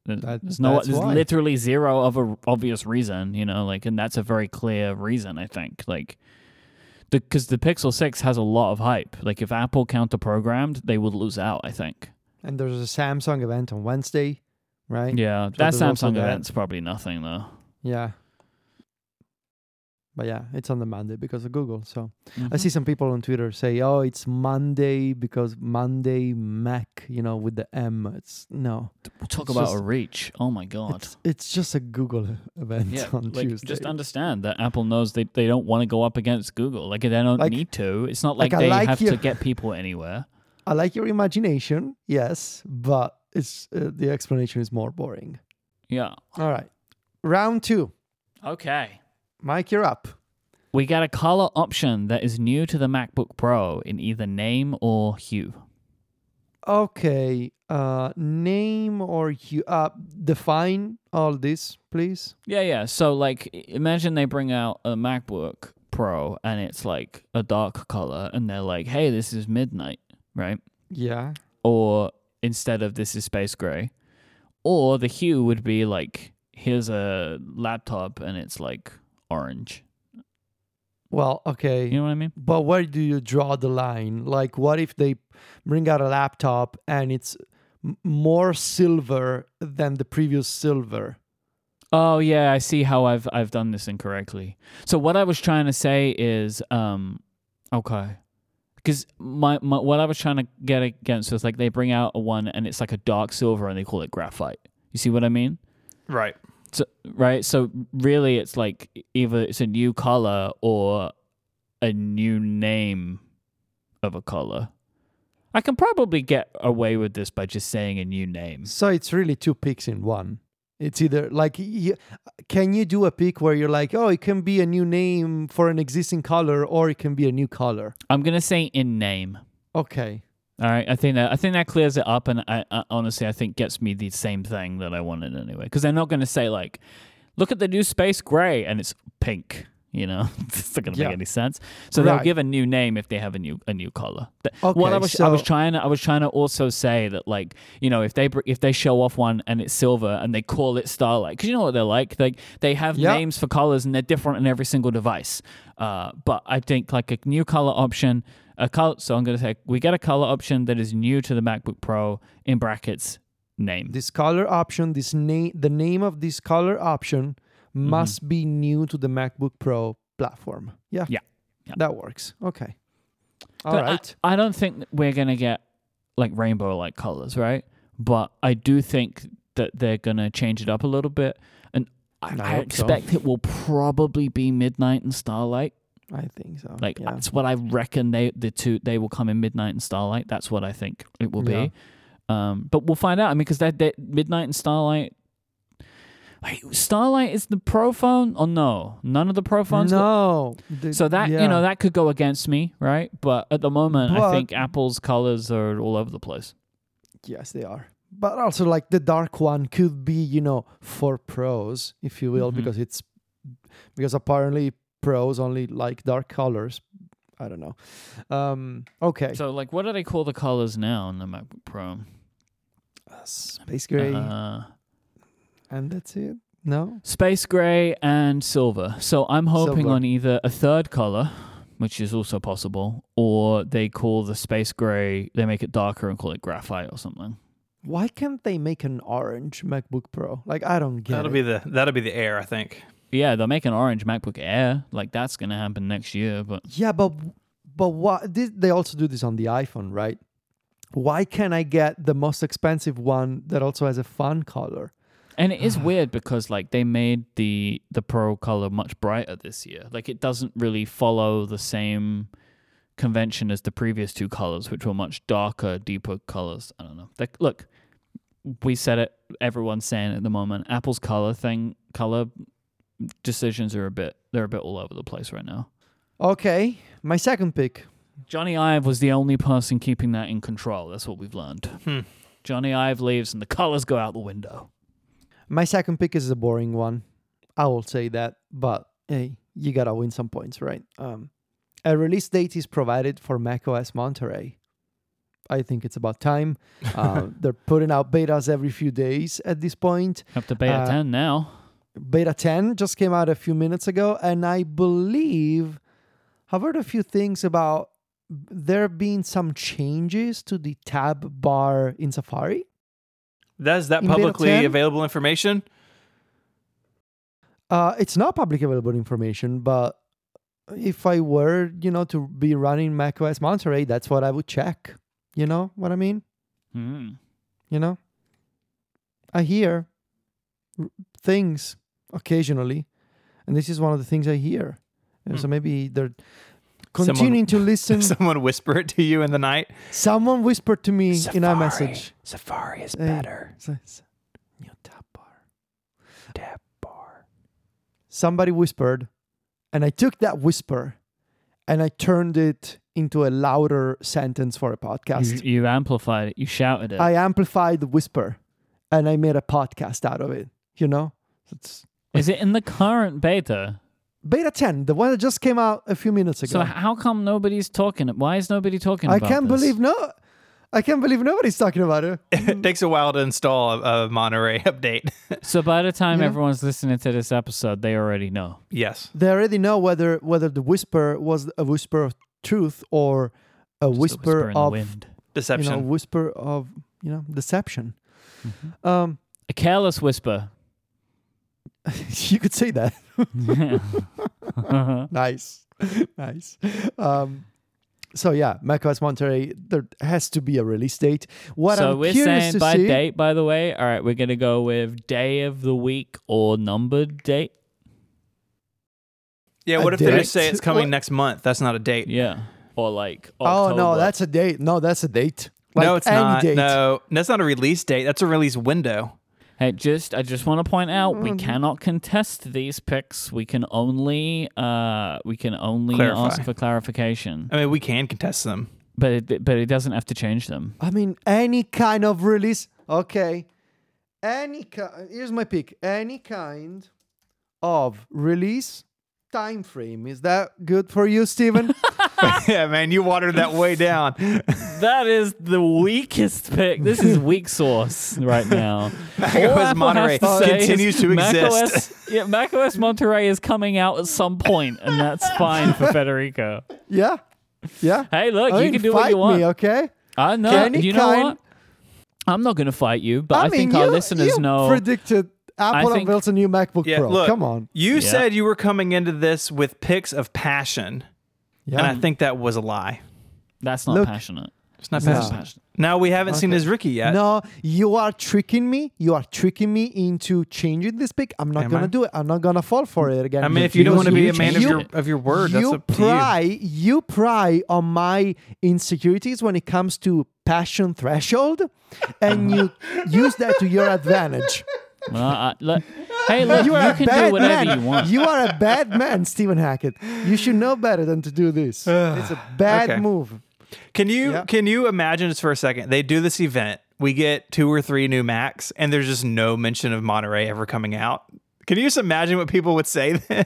that-
there's no,
that's
there's
why.
literally zero of a obvious reason, you know, like, and that's a very clear reason, I think. Like, because the Pixel 6 has a lot of hype. Like, if Apple counter programmed, they would lose out, I think.
And there's a Samsung event on Wednesday, right?
Yeah, that
there's also
Samsung
that.
event's probably nothing, though.
Yeah. But yeah, it's on the Monday because of Google. So I
Mm-hmm.
see some people on Twitter say, "Oh, it's Monday because Monday Mac," you know, with the M. It's no,
We'll talk
it's
about
just-
a reach. Oh, my God.
it's, it's just a Google e- event
Yeah,
on
like
Tuesday.
just understand that Apple knows they, they don't want to go up against Google. Like they don't
Like-
need to. It's not like,
like, I
they
like
have
you.
to get people anywhere.
I like your imagination, yes, but it's uh, the explanation is more boring.
Yeah.
All right, round two.
Okay.
Mike, you're up.
We got a color option that is new to the MacBook Pro in either name or hue.
Okay, uh, name or you uh, define all this, please.
Yeah, yeah. So like i- imagine they bring out a MacBook Pro and it's like a dark color and they're like, "Hey, this is midnight," right?
Yeah.
Or instead of this is space gray. Or the hue would be like here's a laptop and it's like orange.
Well, okay.
You know what I mean?
But where do you draw the line? Like, what if they bring out a laptop and it's m- more silver than the previous silver?
Oh yeah, I see how I've I've done this incorrectly. So what I was trying to say is, um, okay, because my, my what I was trying to get against was like they bring out a one and it's like a dark silver and they call it graphite. You see what I mean?
Right.
So, right. So really, it's like e-, either it's a new color or a new name of a color. I can probably get away with this by just saying a new name.
So it's really two picks in one. It's either like, y can you do a pick where you're like, oh, it can be a new name for an existing color, or it can be a new color.
I'm gonna say in name.
Okay.
All right, I think that I think that clears it up, and I, I honestly I think gets me the same thing that I wanted anyway. Because they're not going to say like, "Look at the new space gray," and it's pink. You know, it's not going to
Yeah.
make any sense. So
Right.
they'll give a new name if they have a new a new color. Th- what I
Okay,
was I was
so-
trying to I was trying to also say that like you know if they br- if they show off one and it's silver and they call it Starlight because you know what they're like they they have
Yeah.
names for colors and they're different in every single device. Uh, but I think like a new color option a color. So I'm going to say we get a color option that is new to the MacBook Pro in brackets name.
This color option, this name, the name of this color option
Mm-hmm.
must be new to the MacBook Pro platform. Yeah.
Yeah. Yeah.
That works. Okay. All
But
right.
I- I, don't think that we're gonna get like rainbow like colors, right? But I do think that they're gonna change it up a little bit, and I,
I
I,
hope so.
expect it will probably be midnight and starlight.
I, think so.
Like
yeah.
that's what I reckon they the two they will come in midnight and starlight. That's what I think it will
Yeah.
be. Um, but we'll find out. I mean, because that that midnight and starlight. Wait, Starlight is the pro phone? Oh no, none of the pro phones. got-
no. the-
so that
yeah.
you know that could go against me, right? But at the moment,
But-
I think Apple's colors are all over the place.
Yes, they are. But also, like the dark one could be, you know, for pros, if you will,
Mhm.
because it's because apparently pros only like dark colors. I don't know. Um, okay,
So, like, what do they call the colors now on the MacBook Pro?
space gray,
Uh,
and that's it. No,
space gray and silver. So I'm hoping
Silver.
on either a third color, which is also possible, or they call the space gray. They make it darker and call it graphite or something.
why can't they make an orange MacBook Pro? Like I don't get
That'll
it.
be the that'll be the air, I think.
Yeah, they'll make an orange MacBook Air. Like that's gonna happen next year, but
yeah, but but what this, they also do this on the iPhone, right? Why can't I get the most expensive one that also has a fun color?
And it is weird because like they made the the pro color much brighter this year. Like it doesn't really follow the same convention as the previous two colors, which were much darker, deeper colors. I don't know. Like look, we said it. Everyone's saying it at the moment. Apple's color thing, color decisions are a bit they're a bit all over the place right now.
Okay, my second pick.
Johnny Ive was the only person keeping that in control. That's what we've learned.
Hmm.
Johnny Ive leaves and the colors go out the window.
My second pick is a boring one. I will say that, but hey, you gotta win some points, right? Um, a release date is provided for macOS Monterey. I think it's about time. Uh, they're putting out betas every few days at this point.
Up to beta
Uh,
ten now.
Beta 10 just came out a few minutes ago, and I believe I've heard a few things about there being some changes to the tab bar in Safari.
That is that
In beta
publicly
10?
available information?
Uh, it's not public available information, but if I were, you know, to be running macOS Monterey, that's what I would check. You know what I mean?
Hmm.
You know, I hear r- things occasionally, and this is one of the things I hear. And So maybe they're
Hmm. Someone-
continuing to listen.
Someone whisper it to you in the night.
Someone whispered to me in
a
a message.
Safari is
Hey.
better.
It's- it's- New tab bar.
Tab bar.
somebody whispered, and I took that whisper and I turned it into a louder sentence for a
You,
podcast.
you amplified it. You shouted it.
I amplified the whisper and I made a podcast out of it, you know? It's
Is it in the current beta?
beta 10, the one that just came out a few minutes ago.
So how come nobody's talking? Why is nobody talking
I
about
can't
this?
believe no I can't believe nobody's talking about it.
it takes a while to install a, a Monterey update.
So by the time everyone's listening to this episode, they already know.
yes.
They already know whether whether the whisper was a whisper of truth or a
Just a
whisper,
in
of
the wind.
you
Deception.
know, whisper of, you know, deception.
Mm-hmm.
Um
A careless whisper.
you could say that. nice nice um so yeah macOS Monterey there has to be a release date what
so
I'm
we're
curious
saying
to
by
see,
date, by the way. All right, we're gonna go with day of the week or numbered date.
yeah,
a
what if they just
date?
say it's coming
What?
next month? That's not a date.
Yeah, or like.
oh no
October.
that's a date no that's a date like
no, it's
any
not.
date
No, that's not a release date. That's a release window.
Hey, just I just want to point out
Mm-hmm.
we cannot contest these picks. We can only uh we can only
Clarify.
ask for clarification,
I mean, we can contest them.
but it, but it doesn't have to change them.
I mean, any kind of release. Okay. Any kind. Here's my pick. Any kind of release time frame. Is that good for you, Steven?
yeah, man, you watered that way down.
That is the weakest pick. This is weak sauce right now.
macOS
Apple
Monterey
has to say is
continues to
Mac
exist.
OS yeah, macOS Monterey is coming out at some point, and that's fine for Federico.
yeah. Yeah.
Hey, look,
I
you
mean,
can do
fight
what you want.
me, okay?
I know.
Any
you know
kind-
what? I'm not going to fight you, but I,
mean,
think
you,
our listeners
you
know.
predicted Apple
think-
unveils a new MacBook
Yeah,
Pro.
look,
Come on.
You
Yeah.
said you were coming into this with picks of passion, and I
Yeah.
think that was a lie.
that's not
Look.
passionate.
It's not
No.
That's
passion.
passionate.
Now we haven't seen his Ricky yet.
No, you are tricking me. You are tricking me into changing this pick. I'm not
Am
gonna
I?
do it. I'm not gonna fall for it again.
I mean, if you don't
Because
want to be
you-
a man of
changed
your
it.
of your word, that's
you
up to
pry, you. pry on my insecurities when it comes to passion threshold, and you use that to your advantage.
Well, I- look- hey, look, you,
are a
can
bad
do whatever
man.
you want.
are a bad man, Stephen Hackett. You should know better than to do this. it's a bad
Okay.
move.
you. Can you
Yeah.
can you imagine just for a second? They do this event, we get two or three new Macs, and there's just no mention of Monterey ever coming out. Can you just imagine what people would say then?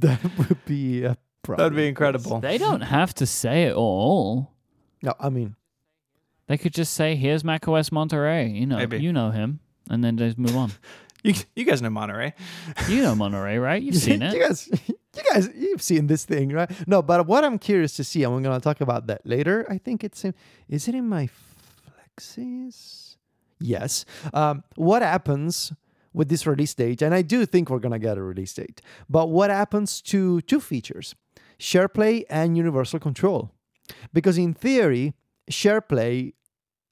Th- That would be a problem.
That'd be incredible.
They don't have to say it all.
No, I mean,
They could just say, "Here's macOS Monterey." You know,
Maybe.
you know him, and then just move on.
You, you guys know Monterey.
you know Monterey, right? You've seen
you
it.
guys, you guys, you've seen this thing, right? No, but what I'm curious to see, and we're gonna talk about that later. I think it's in. Is it in my flexes? Yes. Um, what happens with this release date? And I do think we're gonna get a release date. But what happens to two features, SharePlay and Universal Control? Because in theory, SharePlay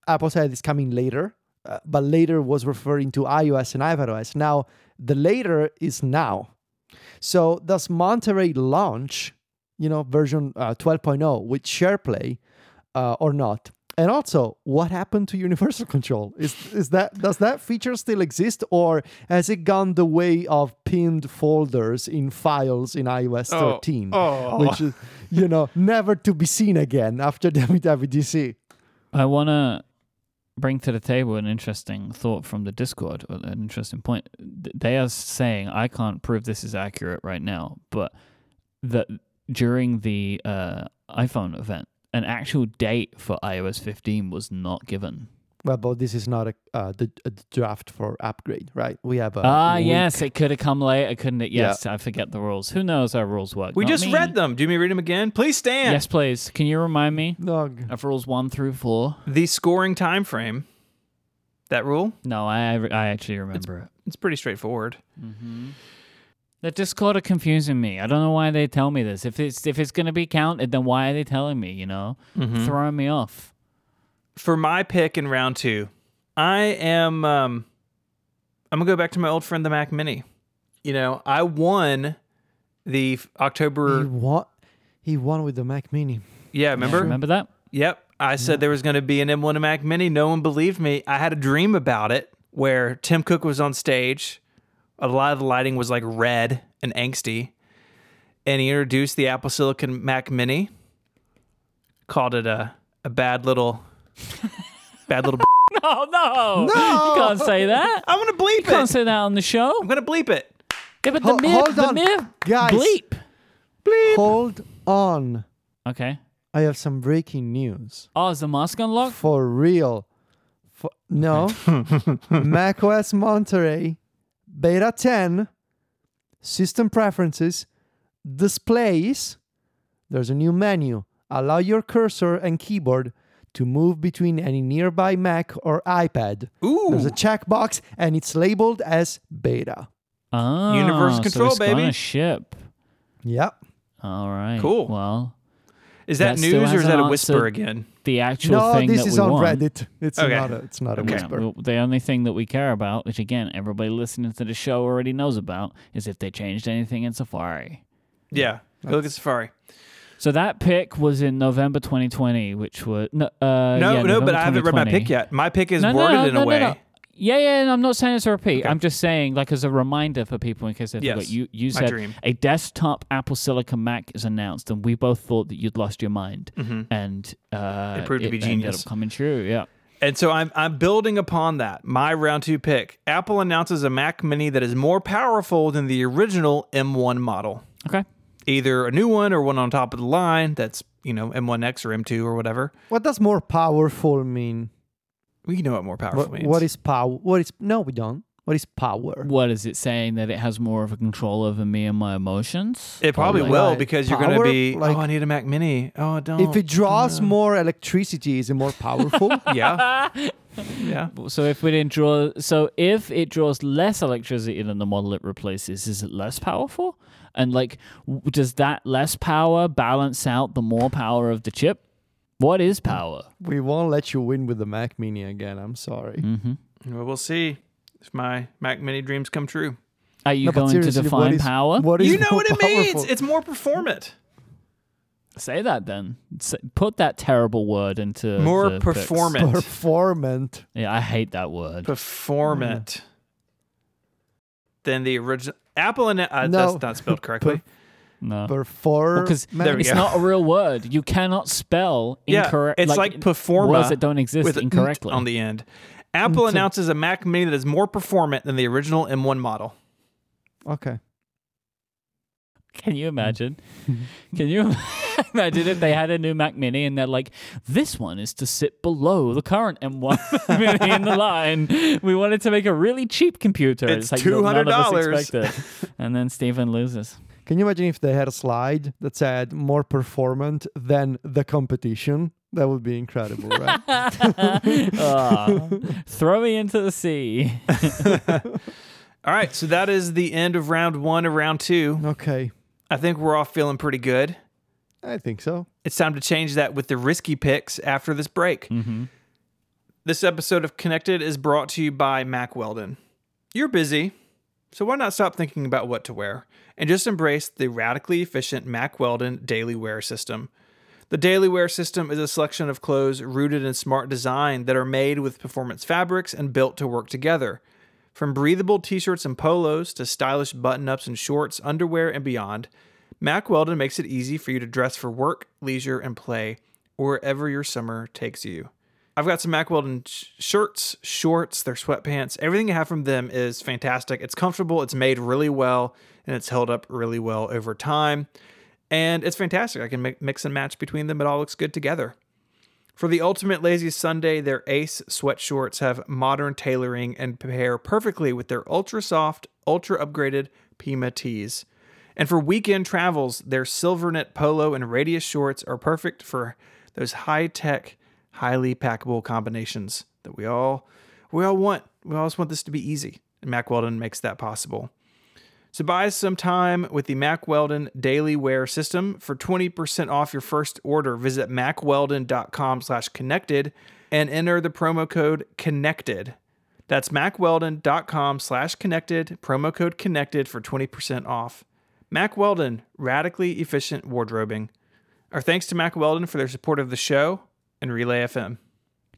Apple said it's coming later, uh, but later was referring to iOS and iPadOS. Now, the later is now. So, does Monterey launch, you know, version uh, 12.0 with SharePlay uh, or not? And also, what happened to Universal Control? Is is that does that feature still exist, or has it gone the way of pinned folders in files in iOS
Oh,
13,
oh.
which is you know never to be seen again after WWDC?
I want to bring to the table an interesting thought from the Discord, or an interesting point. Th- They are saying, I can't prove this is accurate right now, but that during the uh, iPhone event, an actual date for iOS 15 was not given.
Well, but this is not a uh, the, a draft for upgrade, right? We have a
Ah,
week-
yes, it could have come later, couldn't it?
Yeah.
Yes, I forget the rules. Who knows how rules work?
We
Not
just
me.
read them. Do you mean read them again? Please stand.
Yes, please. Can you remind me
No,
of rules one through four?
The scoring time frame. That rule.
No, I I actually remember it.
It's pretty straightforward.
The Discord are confusing me. I don't know why they tell me this. If it's if it's gonna be counted, then why are they telling me? You know, throwing me off.
for my pick in round two, I am um, I'm gonna go back to my old friend the Mac Mini. You know, I won the f-
he
October.
won. He won with the Mac Mini.
Yeah, remember?
Remember that?
Yep. I said there was going to be an M1 and Mac Mini. No one believed me. I had a dream about it where Tim Cook was on stage. A lot of the lighting was like red and angsty. And he introduced the Apple Silicon Mac Mini, called it a, a bad little, bad little. b-
Oh no! You can't say that.
I'm going to bleep
You can't
it.
say that on the show.
I'm going to bleep it.
Yeah, but
Ho-
the mere,
hold
the
on.
mere
Guys.
bleep.
Hold on.
Okay.
I have some breaking news.
Oh, is the mask unlocked?
For real. For, no. macOS Monterey, Beta 10, System Preferences, Displays. There's a new menu. Allow your cursor and keyboard to move between any nearby Mac or iPad.
Ooh.
There's a checkbox and it's labeled as beta.
Oh,
Universal
so
control,
it's gonna
baby.
ship.
Yep.
All right.
Cool.
Well,
Is that,
That still
news or is
hasn't
that a
answered
whisper again?
the actual
No,
thing
this
that
is
we
on
want.
Reddit. It's
Okay.
not a it's not a
Okay.
whisper.
Well, the only thing that we care about, which again everybody listening to the show already knows about, is if they changed anything in Safari.
Yeah. Go look at Safari.
So that pick was in November 2020, which was no, uh,
No,
Oh, yeah,
no,
November
but I haven't read my
2020.
pick yet. My pick is
No, no,
worded
no,
in
no,
a
no,
way.
no. Yeah, yeah, and I'm not saying it's a repeat.
Okay.
I'm just saying, like, as a reminder for people in case they forgot.
Yes.
You you
My
said
dream.
a desktop Apple Silicon Mac is announced, and we both thought that you'd lost your mind,
Mhm.
and uh,
It proved to be
Ended
genius.
up coming true. Yeah.
And so I'm I'm building upon that. My round two pick. Apple announces a Mac Mini that is more powerful than the original M1 model.
Okay.
Either a new one or one on top of the line that's, you know, M1X or M2 or whatever.
What does more powerful mean?
We know what more powerful
What,
means.
what is power? What is no? We don't. What is power?
What is it saying that it has more of a control over me and my emotions?
it probably
Or, like,
will
like
because you're going to
power?
be,
Like-
oh, I need a Mac Mini. Oh, I don't.
If it draws more electricity, is it more powerful?
yeah. yeah.
So if we didn't draw, so if it draws less electricity than the model it replaces, is it less powerful? And like, w- does that less power balance out the more power of the chip? What is power?
we won't let you win with the Mac Mini again. I'm sorry.
Well, we'll see if my Mac Mini dreams come true.
Are you
No, but
going to
seriously, what
define
is-
power?
What is
You know
more
what it
powerful?
means. It's more performant.
Say that then. S put that terrible word into
More
the picks.
performant.
performant.
Yeah, I hate that word.
Performant. Than the original Apple and uh,
No.
that's not spelled correctly.
No.
Perform.
because
There we
it's
go.
not a real word. You cannot spell
Yeah,
incorrect.
it's like performa
words that don't
with
exist
a nt
incorrectly.
on the end.
Mm,
Apple announces a Mac Mini that is more performant than the original M1 model.
okay.
Can you imagine? Can you imagine if they had a new Mac Mini and they're like, this one is to sit below the current M1 Mini in the line. We wanted to make a really cheap computer.
It's
like no- none of us
$200.
expected. And then Stephen loses.
Can you imagine if they had a slide that said more performant than the competition? That would be incredible, right?
Ah, throw me into the sea.
All right, so that is the end of round one of round two.
okay.
I think we're all feeling pretty good.
I think so.
It's time to change that with the risky picks after this break. This episode of Connected is brought to you by Mac Weldon. You're busy, so why not stop thinking about what to wear and just embrace the radically efficient Mac Weldon daily wear system? The daily wear system is a selection of clothes rooted in smart design that are made with performance fabrics and built to work together. From breathable t shirts and polos to stylish button ups and shorts, underwear, and beyond, Mac Weldon makes it easy for you to dress for work, leisure, and play wherever your summer takes you. I've got some Mac Weldon sh- shirts, shorts, their sweatpants. Everything I have from them is fantastic. It's comfortable, it's made really well, and it's held up really well over time. And it's fantastic. I can mi- mix and match between them. It all looks good together. For the ultimate lazy Sunday, their Ace sweatshorts have modern tailoring and pair perfectly with their ultra soft, ultra upgraded Pima tees. And for weekend travels, their silver knit polo and radius shorts are perfect for those high tech, highly packable combinations that we all we all want. We all just want this to be easy, and Mack Weldon makes that possible. So buy some time with the Mac Weldon Daily Wear System for 20% off your first order. Visit macweldon.com slash connected and enter the promo code connected. That's macweldon.com slash connected, promo code connected for 20% off. Mac Weldon, radically efficient wardrobing. Our thanks to Mac Weldon for their support of the show and Relay FM.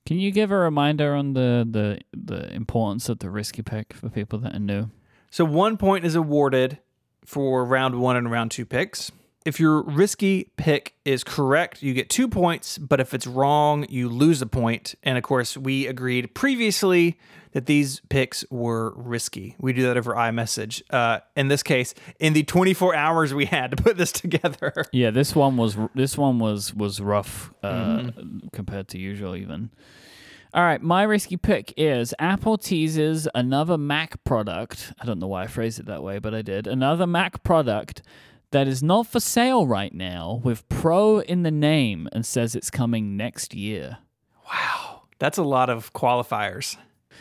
Can you give a reminder on the, the, the importance of the risky pick for people that are new?
So one point is awarded for round one and round two picks. If your risky pick is correct, you get two points, but if it's wrong, you lose a point. And of course, we agreed previously that these picks were risky. We do that over iMessage. Uh, in this case, in the 24 hours we had to put this together.
Yeah, this one was this one was was rough uh, compared to usual even. All right, my risky pick is Apple teases another Mac product. I don't know why I phrased it that way, but I did. Another Mac product that is not for sale right now with Pro in the name and says it's coming next year.
That's a lot of qualifiers.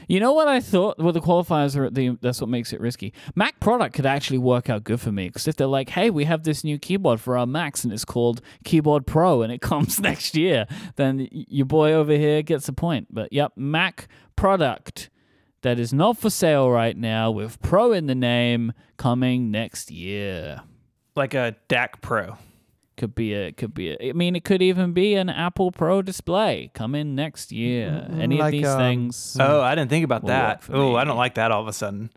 You know what I thought? Well, the qualifiers are at the. That's what makes it risky. Mac product could actually work out good for me because if they're like, "Hey, we have this new keyboard for our Macs and it's called Keyboard Pro and it comes next year," then y- your boy over here gets a point. But yep, Mac product that is not for sale right now with Pro in the name coming next year.
Like a DAC Pro.
Could be a could be a, I mean it could even be an Apple Pro display come in next year.
Mm,
Any
like,
of these
um,
things.
Oh, I didn't think about
Will work
that.
for
Oh,
me.
I don't like that all of a sudden.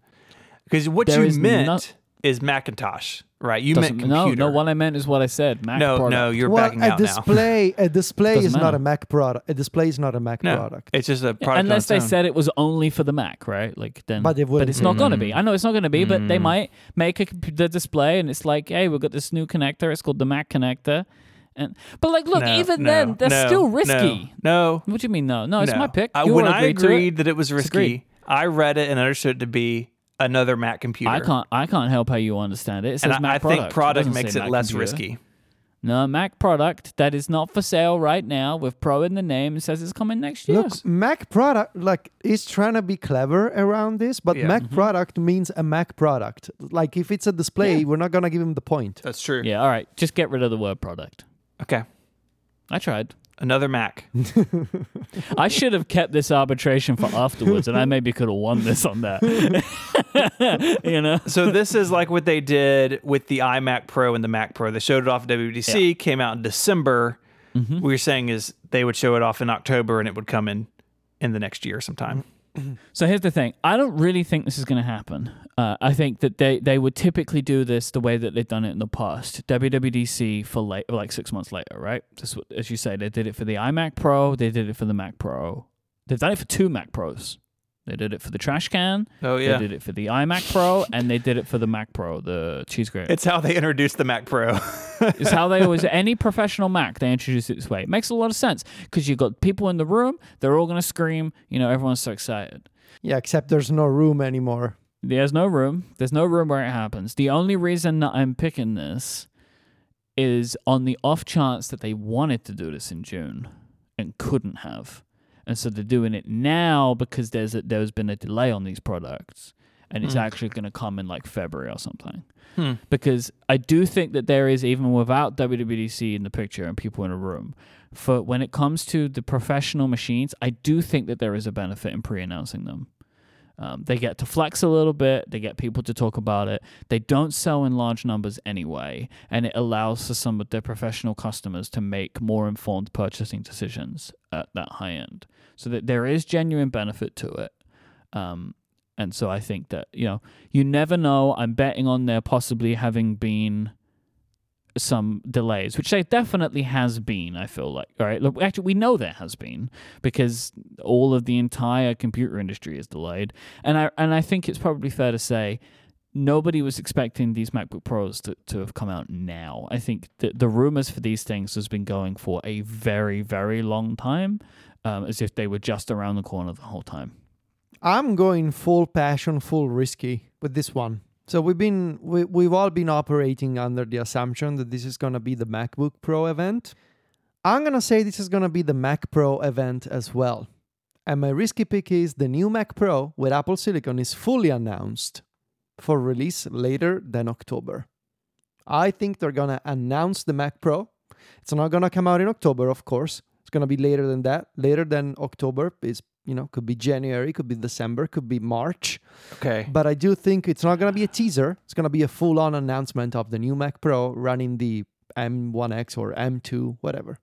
Because what
There
you
is
meant
not-
is Macintosh, right? You
Doesn't-
meant
no,
computer.
no, what I meant is what I said. Mac
no,
product.
no, you're
well,
backing
a
out now.
display, a display
Doesn't
is not
matter.
a Mac product. A display is not a Mac
No,
product.
it's just a product. on
Unless
its
they
own.
said it was only for the Mac, right? Like then,
But they wouldn't.
it's not gonna be. I know it's not gonna be, but they
Mm.
might make a comp- the display, and it's like, hey, we've got this new connector. It's called the Mac connector. And but like, look,
No,
even
no,
then, that's
no,
still
no,
risky.
No,
What do you mean? No, no, it's
no.
my pick.
Uh,
You
when
all
I
agreed to it.
agreed that it was
agreed.
risky, I read it and understood it to be another Mac computer.
I can't. I can't help how you understand it. It says
And I,
Mac
I
product.
think product
doesn't
makes
say
it
Mac
less
computer.
risky.
No, Mac product that is not for sale right now with Pro in the name. It says it's coming next year.
Look, Mac product like is trying to be clever around this, but
Yeah. Mm-hmm.
Mac product means a Mac product. Like if it's a display, we're not gonna give him the point.
That's true.
yeah, all right. Just get rid of the word product.
Okay,
I tried.
another Mac.
I should have kept this arbitration for afterwards, and I maybe could have won this on that. you know,
so this is like what they did with the iMac Pro and the Mac Pro. They showed it off at WWDC, came out in December. What you're saying is they would show it off in October and it would come in in the next year sometime.
So here's the thing. I don't really think this is going to happen. Uh, I think that they, they would typically do this the way that they've done it in the past. WWDC for late, like six months later, right? This, w- as you say, they did it for the iMac Pro. They did it for the Mac Pro. They've done it for two Mac Pros. They did it for the trash can.
Oh
They did it for the iMac Pro, and they did it for the Mac Pro, the cheese grater.
It's how they introduced the Mac Pro.
It's how they always any professional Mac they introduce it this way. It makes a lot of sense because you've got people in the room. They're all gonna scream. You know, everyone's so excited.
Yeah, except there's no room anymore.
There's no room. There's no room where it happens. The only reason that I'm picking this is on the off chance that they wanted to do this in June and couldn't have, and so they're doing it now because there's a, there's been a delay on these products, and it's actually going to come in like February or something
Hmm.
because I do think that there is even without WWDC in the picture and people in a room. For when it comes to the professional machines, I do think that there is a benefit in pre-announcing them. Um, they get to flex a little bit. They get people to talk about it. They don't sell in large numbers anyway, and it allows for some of their professional customers to make more informed purchasing decisions at that high end. So that there is genuine benefit to it. Um, and so I think that, you know, you never know. I'm betting on there possibly having been some delays, which there definitely has been, I feel like. All right. Look, actually, we know there has been because all of the entire computer industry is delayed. And I, and I think it's probably fair to say nobody was expecting these MacBook Pros to, to have come out now. I think that the rumors for these things has been going for a very, very long time, um, as if they were just around the corner the whole time.
I'm going full passion, full risky with this one. So we've been we, we've all been operating under the assumption that this is going to be the MacBook Pro event. I'm going to say this is going to be the Mac Pro event as well. And my risky pick is the new Mac Pro with Apple Silicon is fully announced for release later than October. I think they're going to announce the Mac Pro. It's not going to come out in October, of course. It's going to be later than that. Later than October is, you know, could be January, could be December, could be March.
okay.
But I do think it's not going to be a teaser. It's going to be a full on announcement of the new Mac Pro running the M1X or M2, whatever.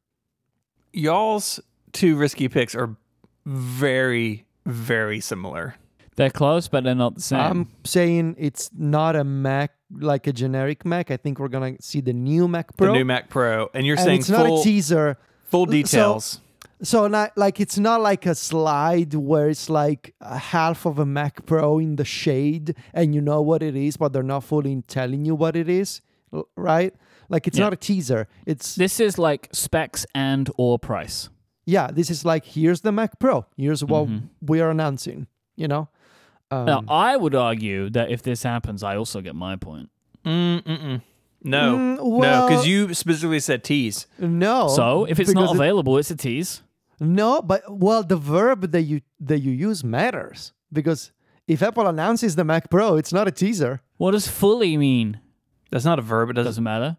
Y'all's two risky picks are very, very similar.
They're close, but they're not the same.
I'm saying it's not a Mac, like a generic Mac. I think we're going to see the new Mac Pro.
The new Mac Pro. And you're
and
saying
it's not
full,
a teaser.
full
So-
details.
So not like it's not like a slide where it's like a half of a Mac Pro in the shade and you know what it is, but they're not fully telling you what it is, l- right? Like it's
Yeah.
not a teaser. It's
This is like specs and or price.
yeah, this is like here's the Mac Pro. Here's what
Mm-hmm.
we are announcing. You know, um,
now, I would argue that if this happens, I also get my point.
Mm, mm-mm. No,
Mm,
no,
well-
because you specifically said tease.
no.
so if it's not
because it-
available, it's a tease.
no, but well, the verb that you that you use matters because if Apple announces the Mac Pro, it's not a teaser.
What does fully mean?
That's not a verb. It doesn't.
Doesn't matter.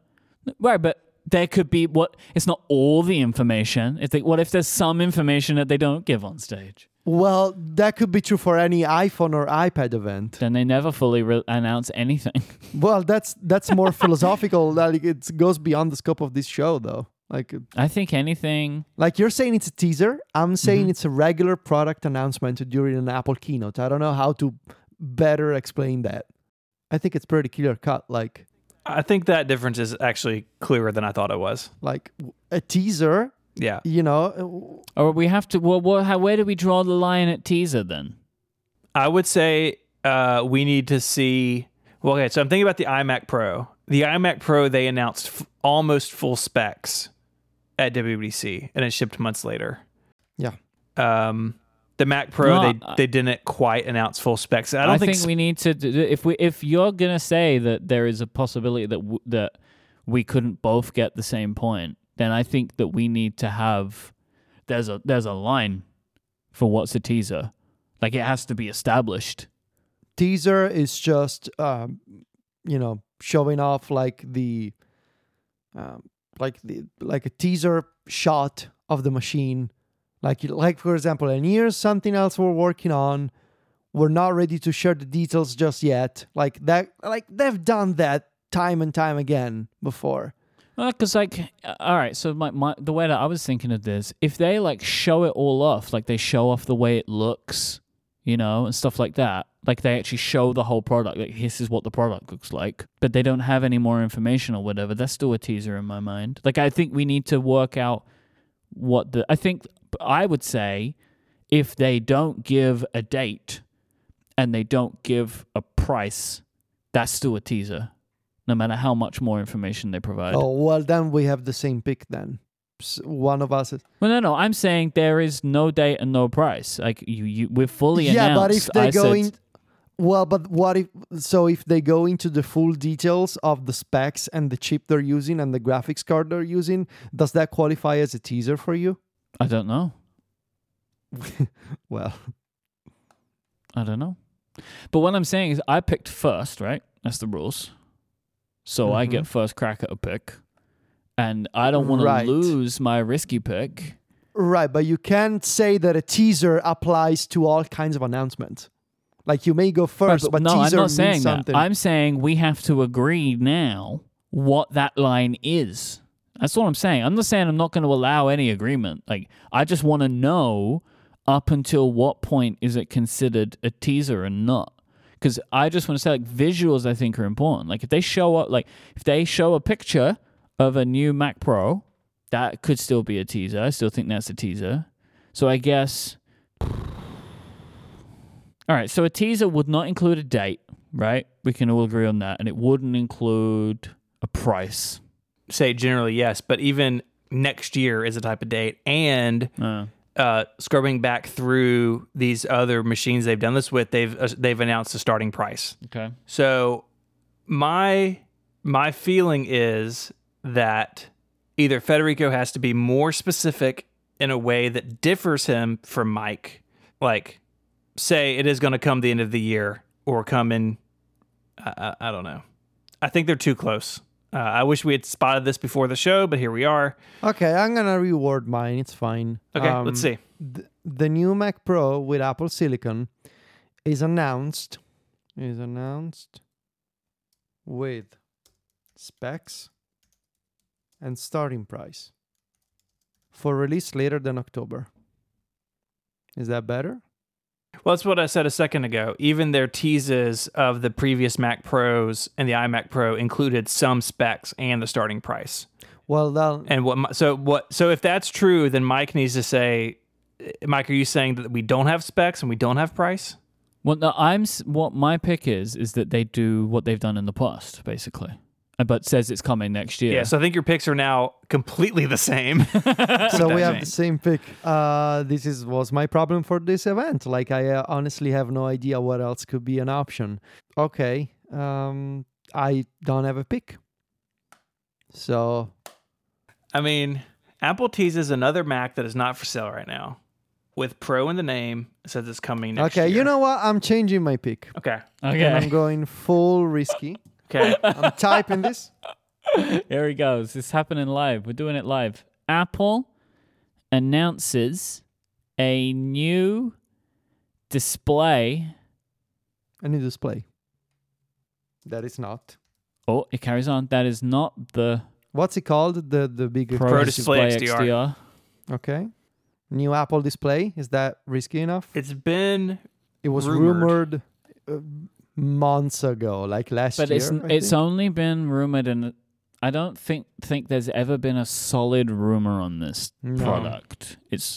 Right, but there could be what it's not all the information. It's like what if there's some information that they don't give on stage?
Well, that could be true for any iPhone or iPad event.
Then they never fully re- announce anything.
Well, that's that's more philosophical. Like it goes beyond the scope of this show, though. Like
I think anything.
like you're saying it's a teaser. I'm saying it's a regular product announcement during an Apple keynote. I don't know how to better explain that. I think it's pretty clear cut. Like
I think that difference is actually clearer than I thought it was.
like w- a teaser.
Yeah.
You know, uh,
Or we have to. Well, what, how, where do we draw the line at teaser then?
I would say uh, we need to see. Well, okay, so I'm thinking about the iMac Pro. The iMac Pro, they announced f- almost full specs at WWDC and it shipped months later.
Yeah.
Um, the Mac Pro,
No,
they,
I-
they didn't quite announce full specs. I don't think,
we need to. d- d- If we, if you're gonna say that there is a possibility that w- that we couldn't both get the same point, then I think that we need to have. There's a there's a line for what's a teaser. Like it has to be established.
teaser is just um, you know showing off like the um, like the like a teaser shot of the machine like like for example and here's something else we're working on we're not ready to share the details just yet like that like they've done that time and time again before
Because like, uh, all right. So my, my the way that I was thinking of this, if they like show it all off, like they show off the way it looks, you know, and stuff like that. Like they actually show the whole product. Like this is what the product looks like, but they don't have any more information or whatever. That's still a teaser in my mind. Like I think we need to work out what the. I think I would say if they don't give a date and they don't give a price, that's still a teaser. No matter how much more information they provide.
oh well then we have the same pick then S one of us is
Well, no, no. I'm saying there is no date and no price. Like you, you we're fully
yeah
announced.
but if they
I
go
said-
in well but what if so if they go into the full details of the specs and the chip they're using and the graphics card they're using does that qualify as a teaser for you
I don't know.
well
I don't know. But what I'm saying is, I picked first, right? That's the rules. So I get first crack at a pick, and I don't want
Mm-hmm. Right.
to lose my risky pick.
right but you can't say that a teaser applies to all kinds of announcements like you may go first
Right,
but,
no, I'm
teaser
not
means
saying
something
that. I'm saying we have to agree now what that line is. That's what I'm saying. I'm not saying I'm not going to allow any agreement. Like I just want to know up until what point is it considered a teaser and not. Because I just want to say, like visuals, I think are important. Like if they show up, like if they show a picture of a new Mac Pro, that could still be a teaser. I still think that's a teaser. So I guess all right, so a teaser would not include a date, right? We can all agree on that. And it wouldn't include a price.
say generally yes, but even next year is a type of date. And
Uh,
uh, scrubbing back through these other machines they've done this with, they've uh, they've announced the starting price.
okay.
So my my feeling is that either Federico has to be more specific in a way that differs him from Mike. Like say it is going to come the end of the year or come in I, I, I don't know. I think they're too close. Uh, I wish we had spotted this before the show, but here we are.
okay i'm gonna reward mine it's fine
Okay,
Um,
let's see.
th- the new Mac Pro with Apple Silicon is announced is announced with specs and starting price for release later than October. Is that better?
Well, that's what I said a second ago. Even their teases of the previous Mac Pros and the iMac Pro included some specs and the starting price.
Well, then,
And what? Mi- So what? So if that's true, then Mike needs to say, eh, Mike, are you saying that we don't have specs and we don't have price?
Well, no, I'm s- what my pick is is that they do what they've done in the past, basically, Uh, but says it's coming next year.
Yeah. so I think your picks are now completely the same.
so we
that
have
mean?
the same pick. Uh, this is was my problem for this event. Like I uh, honestly have no idea what else could be an option. Okay, um, I don't have a pick. So
I mean, Apple teases another Mac that is not for sale right now, with Pro in the name. It says it's coming next
okay,
year.
you know what? I'm changing my pick.
Okay.
And I'm
okay.
going full risky.
Okay.
I'm typing this.
Here he goes. It's happening live. We're doing it live. Apple announces a new display.
I need display. That is not.
Oh, it carries on. That is not the
What's it called? The the big
Pro,
Pro
display,
Display
XDR.
XDR.
Okay. New Apple display. Is that risky enough?
It's been
It was rumored,
rumored.
uh, months ago, like last
But
year.
it's
I
it's
think.
only been rumored, and I don't think think there's ever been a solid rumor on this
No.
product. It's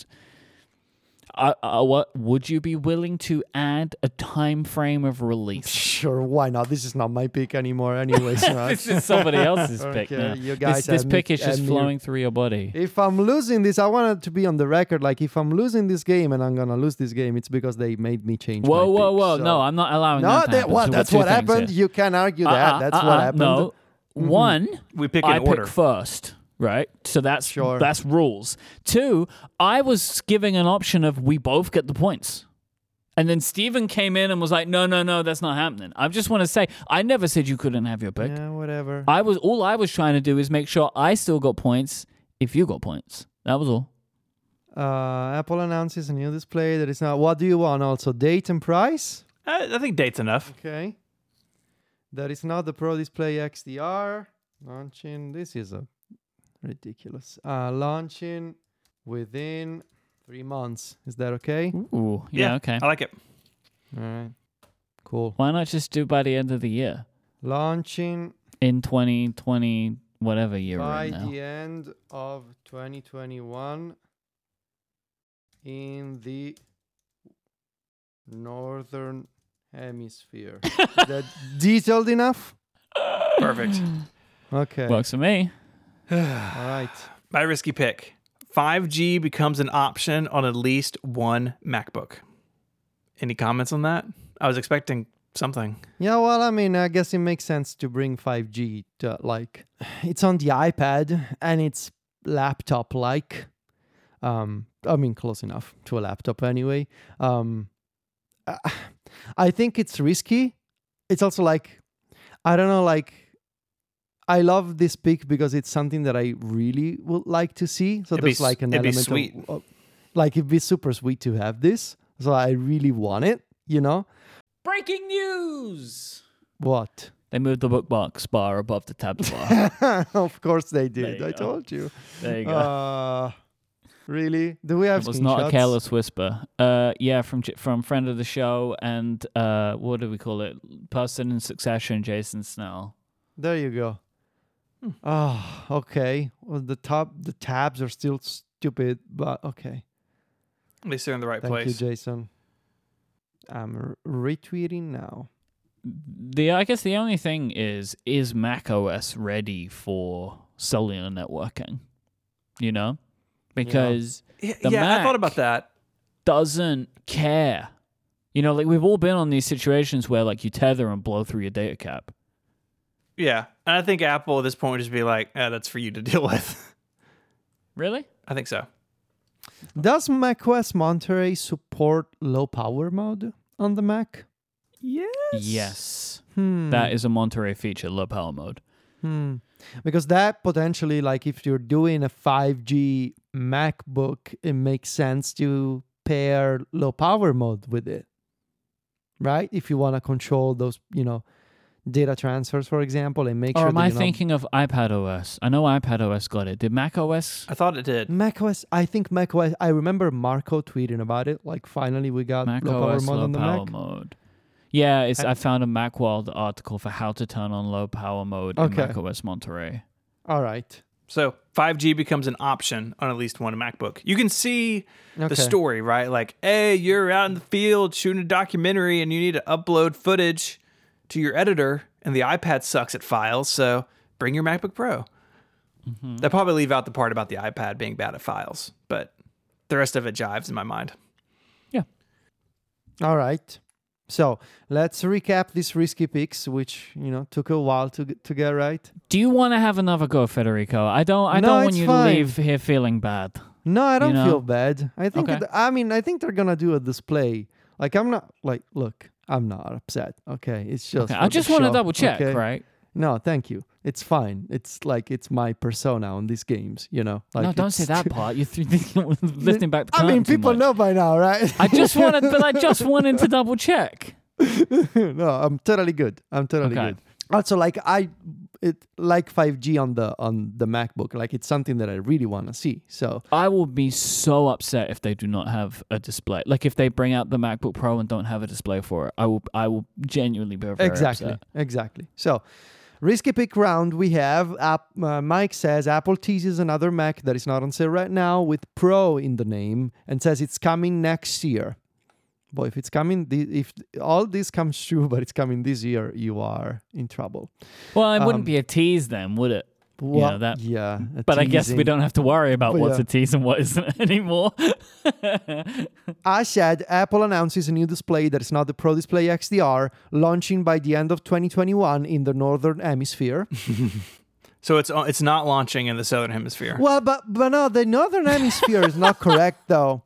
I, I, what would you be willing to add a time frame of release?
sure. Why not? This is not my pick anymore, anyways. right?
this is somebody else's pick.
Okay,
now.
you
This,
guys uh,
this
admit-
pick is just
admit-
flowing through your body.
If I'm losing this, I want it to be on the record. Like, if I'm losing this game and I'm gonna lose this game, it's because they made me change.
Whoa,
my
whoa,
pick,
whoa!
so-
No, I'm not allowing
no,
that. to
that,
happen.
well,
So we've
that's
got
what
two things
happened.
here.
You can argue that.
Uh-uh,
that's
uh-uh,
what happened. Mm-hmm.
No, one
we pick
I
an order.
pick first, right? So that's
Sure.
that's rules. Two, I was giving an option of we both get the points. And then Steven came in and was like, "No, no, no, that's not happening." I just want to say, I never said you couldn't have your pick.
Yeah, whatever.
I was all I was trying to do is make sure I still got points if you got points. That was all.
Uh, Apple announces a new display that is now. What do you want? Also, date and price.
I, I think date's enough.
Okay. That is not the Pro Display XDR. Launching. This is a ridiculous. Uh, launching within three months. Is that okay?
Ooh, yeah, okay.
I like it.
All right. Cool.
Why not just do by the end of the year
Launching
in 2020, whatever year we're
by
in now?
the end of 2021 in the northern hemisphere. is that detailed enough?
Perfect.
Okay.
Works for me.
All right.
My risky pick 5G becomes an option on at least one MacBook. Any comments on that? I was expecting something.
Yeah, well, I mean, I guess it makes sense to bring 5G to like it's on the iPad and it's laptop like. Um, I mean, close enough to a laptop anyway. Um, uh, I think it's risky. It's also like, I don't know, like, I love this pick because it's something that I really would like to see. So
It'd be
there's
s-
like an
it'd be
element
sweet.
Of, of- like it'd be super sweet to have this. So I really want it, you know?
Breaking news.
What?
They moved the bookmarks bar above the tabs bar.
of course they did.
you
I
go.
told you.
there you go.
Uh, really? Do we have
it was not a
screenshots?
careless whisper. Uh, yeah, from J- from friend of the show and uh, what do we call it? Person in succession, Jason Snell.
There you go.
Hmm.
Ah, okay. Well, the top the tabs are still stupid, but okay.
At least they're in the right
Thank you,
place.
Jason. I'm r- retweeting now.
The I guess the only thing is is Mac OS ready for cellular networking? You know, because
Y-
The
yeah, I
Mac.
thought about that.
doesn't care. You know, like we've all been on these situations where like you tether and blow through your data cap.
Yeah. And I think Apple at this point would just be like, eh, that's for you to deal with.
Really?
I think so.
Does macOS Monterey support low power mode on the Mac?
Yes.
Yes.
Hmm.
That is a Monterey feature, low power mode.
Hmm. Because that potentially, like, if you're doing a 5G MacBook, it makes sense to pair low power mode with it, right? If you want to control those, you know, data transfers, for example, and make
Or
sure.
am
that
I
you're not-
thinking of iPad OS? I know iPad OS got it. Did Mac OS?
Uh,
I thought it did.
macOS? I think macOS. I remember Marco tweeting about it. Like, finally, we got
Mac
low power
OS
mode
low
on the
power
Mac.
mode. Yeah, it's,
I-
I found a MacWorld article for how to turn on low power mode
Okay.
in Mac OS Monterey.
All right.
So 5G becomes an option on at least one MacBook. You can see
Okay.
the story, right? Like, hey, you're out in the field shooting a documentary and you need to upload footage to your editor, and the iPad sucks at files, so bring your MacBook Pro. They probably leave out the part about the iPad being bad at files, but the rest of it jives in my mind.
All right. So let's recap these risky picks, which you know took a while to to get right.
Do you want to have another go, Federico? I don't. I
No,
don't want
it's
you
fine.
to leave here feeling bad.
No, I don't
know?
feel bad. I think
Okay.
th- I mean I think they're gonna do a display. Like I'm not like look, I'm not upset. Okay, it's just
Okay,
for
I
the
just want to
show,
double check,
okay?
right?
No, thank you. It's fine. It's like it's my persona on these games, you know. Like
no, don't say
it's-
that part. You're th- lifting back the
I
curtain
mean,
too
people
much.
know by now, right?
I just wanted, but I just wanted to double check.
no, I'm totally good. I'm totally
Okay.
good. Also, like I, it like 5G on the on the MacBook. Like it's something that I really want to see. So
I will be so upset if they do not have a display. Like if they bring out the MacBook Pro and don't have a display for it, I will. I will genuinely be very
exactly,
upset.
exactly. So risky pick round. We have app, uh, Mike says Apple teases another Mac that is not on sale right now with Pro in the name and says it's coming next year. Boy, if it's coming, the, if all this comes true, but it's coming this year, you are in trouble.
Well, it wouldn't
Um,
be a tease then, would it? You know,
Wha-
that-
yeah. a
But I guess we
teasing.
don't have to worry about
But
what's a
yeah.
tease and what isn't anymore.
I said Apple announces a new display that is not the Pro Display XDR, launching by the end of 2021 in the Northern Hemisphere.
So it's uh, it's not launching in the southern hemisphere.
well, but but no, the Northern Hemisphere is not correct though.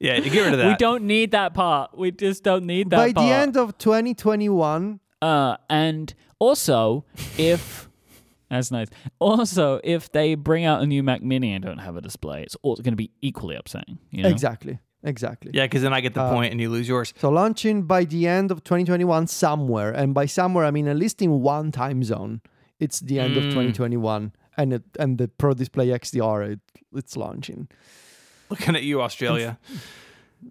Yeah, you get rid of that.
we don't need that part. We just don't need that
by
part.
the end of 2021,
Uh, and also, if that's nice. Also, if they bring out a new Mac Mini and don't have a display, it's all going to be equally upsetting. You know?
exactly, exactly.
Yeah, because then I get the point and you lose yours.
So launching by the end of 2021 somewhere, and by somewhere I mean at least in one time zone. It's the end of 2021, and it, and the Pro Display XDR it, it's launching.
Looking at you, Australia.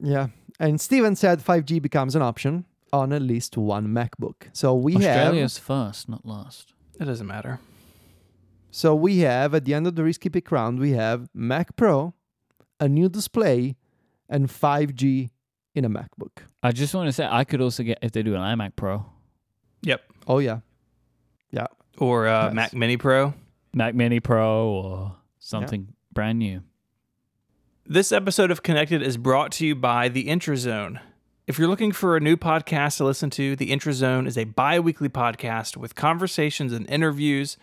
Yeah. And Steven said 5G becomes an option on at least one MacBook. So we have
Australia's first, not last.
It doesn't matter.
so we have at the end of the risky pick round, we have Mac Pro, a new display, and 5G in a MacBook.
I just want to say I could also get if they do an iMac Pro,
Yep.
Oh yeah. Yeah.
Or uh,
Yes.
Mac Mini Pro.
Mac Mini Pro, or something brand new.
This episode of Connected is brought to you by The Intrazone. If you're looking for a new podcast to listen to, The Intrazone is a bi weekly podcast with conversations and interviews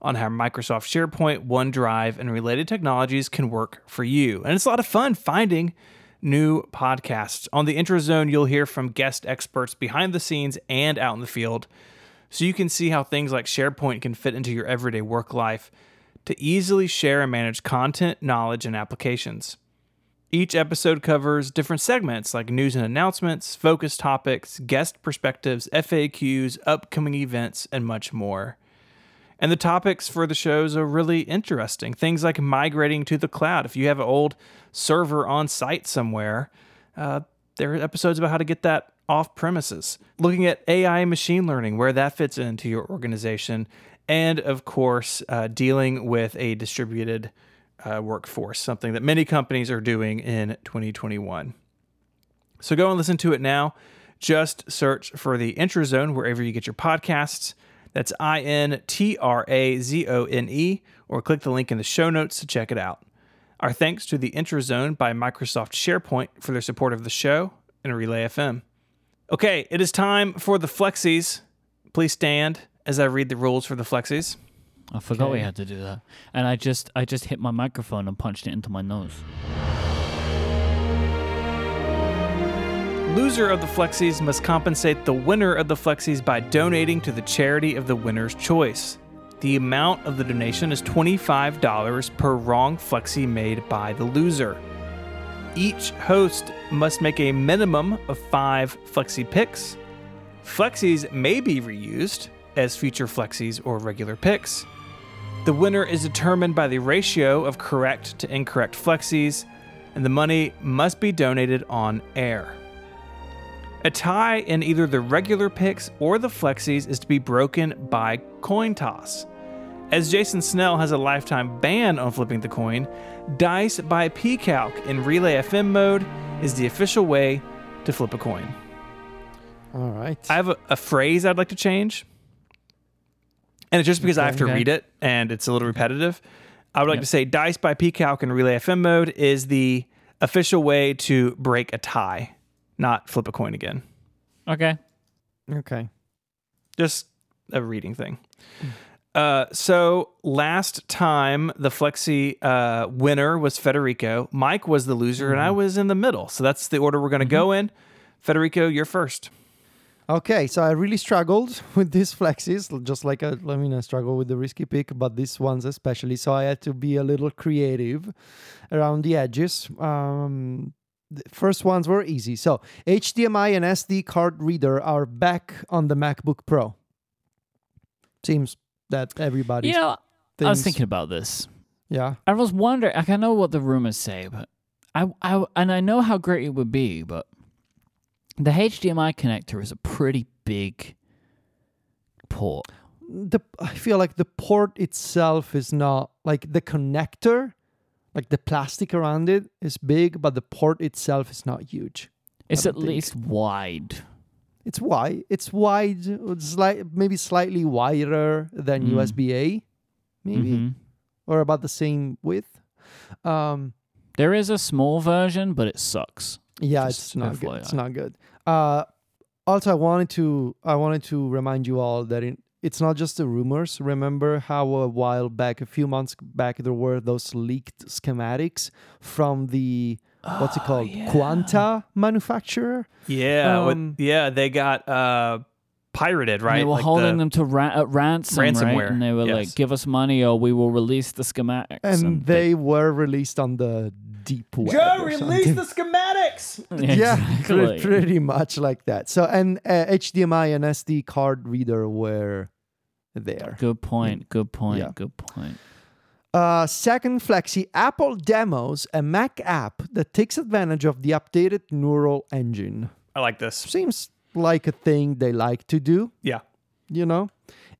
on how Microsoft SharePoint, OneDrive, and related technologies can work for you. And it's a lot of fun finding new podcasts. On The Intrazone, you'll hear from guest experts behind the scenes and out in the field so you can see how things like SharePoint can fit into your everyday work life to easily share and manage content, knowledge, and applications. Each episode covers different segments like news and announcements, focus topics, guest perspectives, FAQs, upcoming events, and much more. And the topics for the shows are really interesting. Things like migrating to the cloud. If you have an old server on site somewhere, uh, there are episodes about how to get that off premises. Looking at AI and machine learning, where that fits into your organization. And of course, uh, dealing with a distributed uh, workforce, something that many companies are doing in 2021. So go and listen to it now. Just search for the Intro Zone wherever you get your podcasts. That's I N T R A Z O N E, or click the link in the show notes to check it out. Our thanks to the Intro Zone by Microsoft SharePoint for their support of the show and Relay FM. Okay, it is time for the Flexies. Please stand as I read the rules for the Flexies.
I forgot we
Okay.
had to do that, and I just I just hit my microphone and punched it into my nose.
Loser of the Flexies must compensate the winner of the Flexies by donating to the charity of the winner's choice. The amount of the donation is $25 per wrong Flexi made by the loser. Each host must make a minimum of five Flexi picks. Flexies may be reused as future Flexies or regular picks. The winner is determined by the ratio of correct to incorrect Flexies, and the money must be donated on air. A tie in either the regular picks or the flexies is to be broken by coin toss. As Jason Snell has a lifetime ban on flipping the coin, Dice by PCalc in Relay FM mode is the official way to flip a coin.
All right.
I have a, a phrase I'd like to change. And it's just because I have to
Okay.
read it and it's a little repetitive. I would like to say Dice by PCalc in Relay FM mode is the official way to break a tie, not flip a coin again.
Okay.
okay.
just a reading thing. Uh, so last time the Flexi uh, winner was Federico. Mike was Mm-hmm. the loser, and I was in the middle. So that's the order we're going to go in. Federico, you're first.
Okay, so I really struggled with these flexes, just like I, I mean, I struggle with the risky pick, but these ones especially. So I had to be a little creative around the edges. Um, the first ones were easy. So HDMI and SD card reader are back on the MacBook Pro. Seems that everybody's
You know, I was
thinks-
thinking about this.
yeah.
I was wondering. Like, I know what the rumors say, but I, I and I know how great it would be, but the HDMI connector is a pretty big port.
the I feel like the port itself is not like the connector, like the plastic around it is big, but the port itself is not huge.
It's
don't
at
think-
least wide.
It's wide. It's wide, slight, maybe slightly wider than
Mm.
USB A, maybe
Mhm.
or about the same width. Um,
There is a small version, but it sucks.
Yeah,
Just
it's not good. It's
FYI.
not good. Uh, also, I wanted to I wanted to remind you all that it, it's not just the rumors. Remember how a while back, a few months back, there were those leaked schematics from the what's it
Ah,
called Quanta manufacturer.
Yeah, with-
Um,
yeah, they got uh pirated, right?
And they were
Like the-
holding them to ra- at ransom, right?
Ransomware,
And they were
yes.
like, "Give us money, or we will release the schematics."
And they were released on the deep web. or something.
schematics.
yeah, pre-
exactly.
pretty much like that. So, and uh, HDMI and SD card reader were there.
Good point. Good point.
Yeah.
Good point.
Uh, second flexi, Apple demos a Mac app that takes advantage of the updated neural engine.
I like this.
Seems like a thing they like to do,
Yeah.
you know?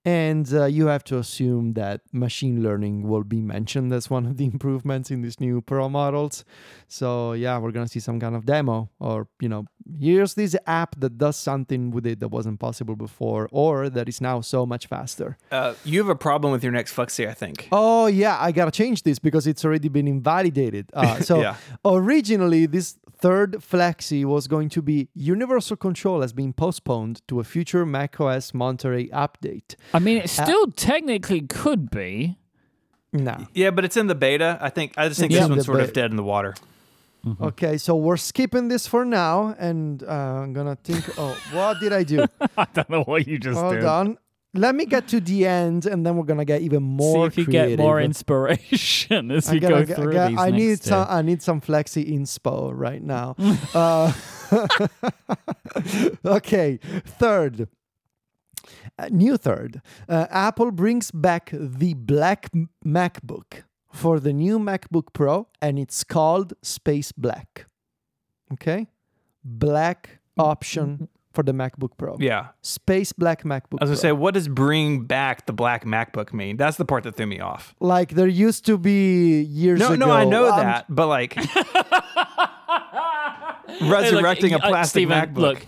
And uh, you have to assume that machine learning will be mentioned as one of the improvements in these new Pro models. So, yeah, we're going to see some kind of demo or, you know, here's this app that does something with it that wasn't possible before or that is now so much faster.
Uh, you have a problem with your next flexi, I think.
Oh yeah, I gotta change this because it's already been invalidated. Uh, so
Yeah.
originally, this third flexi was going to be universal control has been postponed to a future macOS Monterey update.
I mean, it
Uh,
still technically could be. Mm-hmm.
Now,
Yeah, but it's in the beta. I think I just think
It's
this
in
one's
the
sort of
beta.
dead in the water.
okay, so we're skipping this for now, and uh, I'm gonna think. Oh, what did I do?
I don't know what you just
Hold on. Let me get to the end, and then we're gonna get even more.
See if you get more
creative.
inspiration as
I
you
gotta-
go
I
through
gotta-
these.
I
next
need
two.
some. I need some flexi inspo right now. uh, okay, third. Uh, new third. Uh, Apple brings back the black M- MacBook for the new MacBook Pro, and it's called Space Black. Okay, black option for the MacBook Pro.
Yeah.
Space Black MacBook.
I was
Pro.
gonna say, what does bring back the black MacBook mean? That's the part that threw me off.
like there used to be years
No,
ago.
no, I know
um,
that, but like resurrecting
Hey,
a
look, uh,
plastic
Steven,
MacBook.
Look,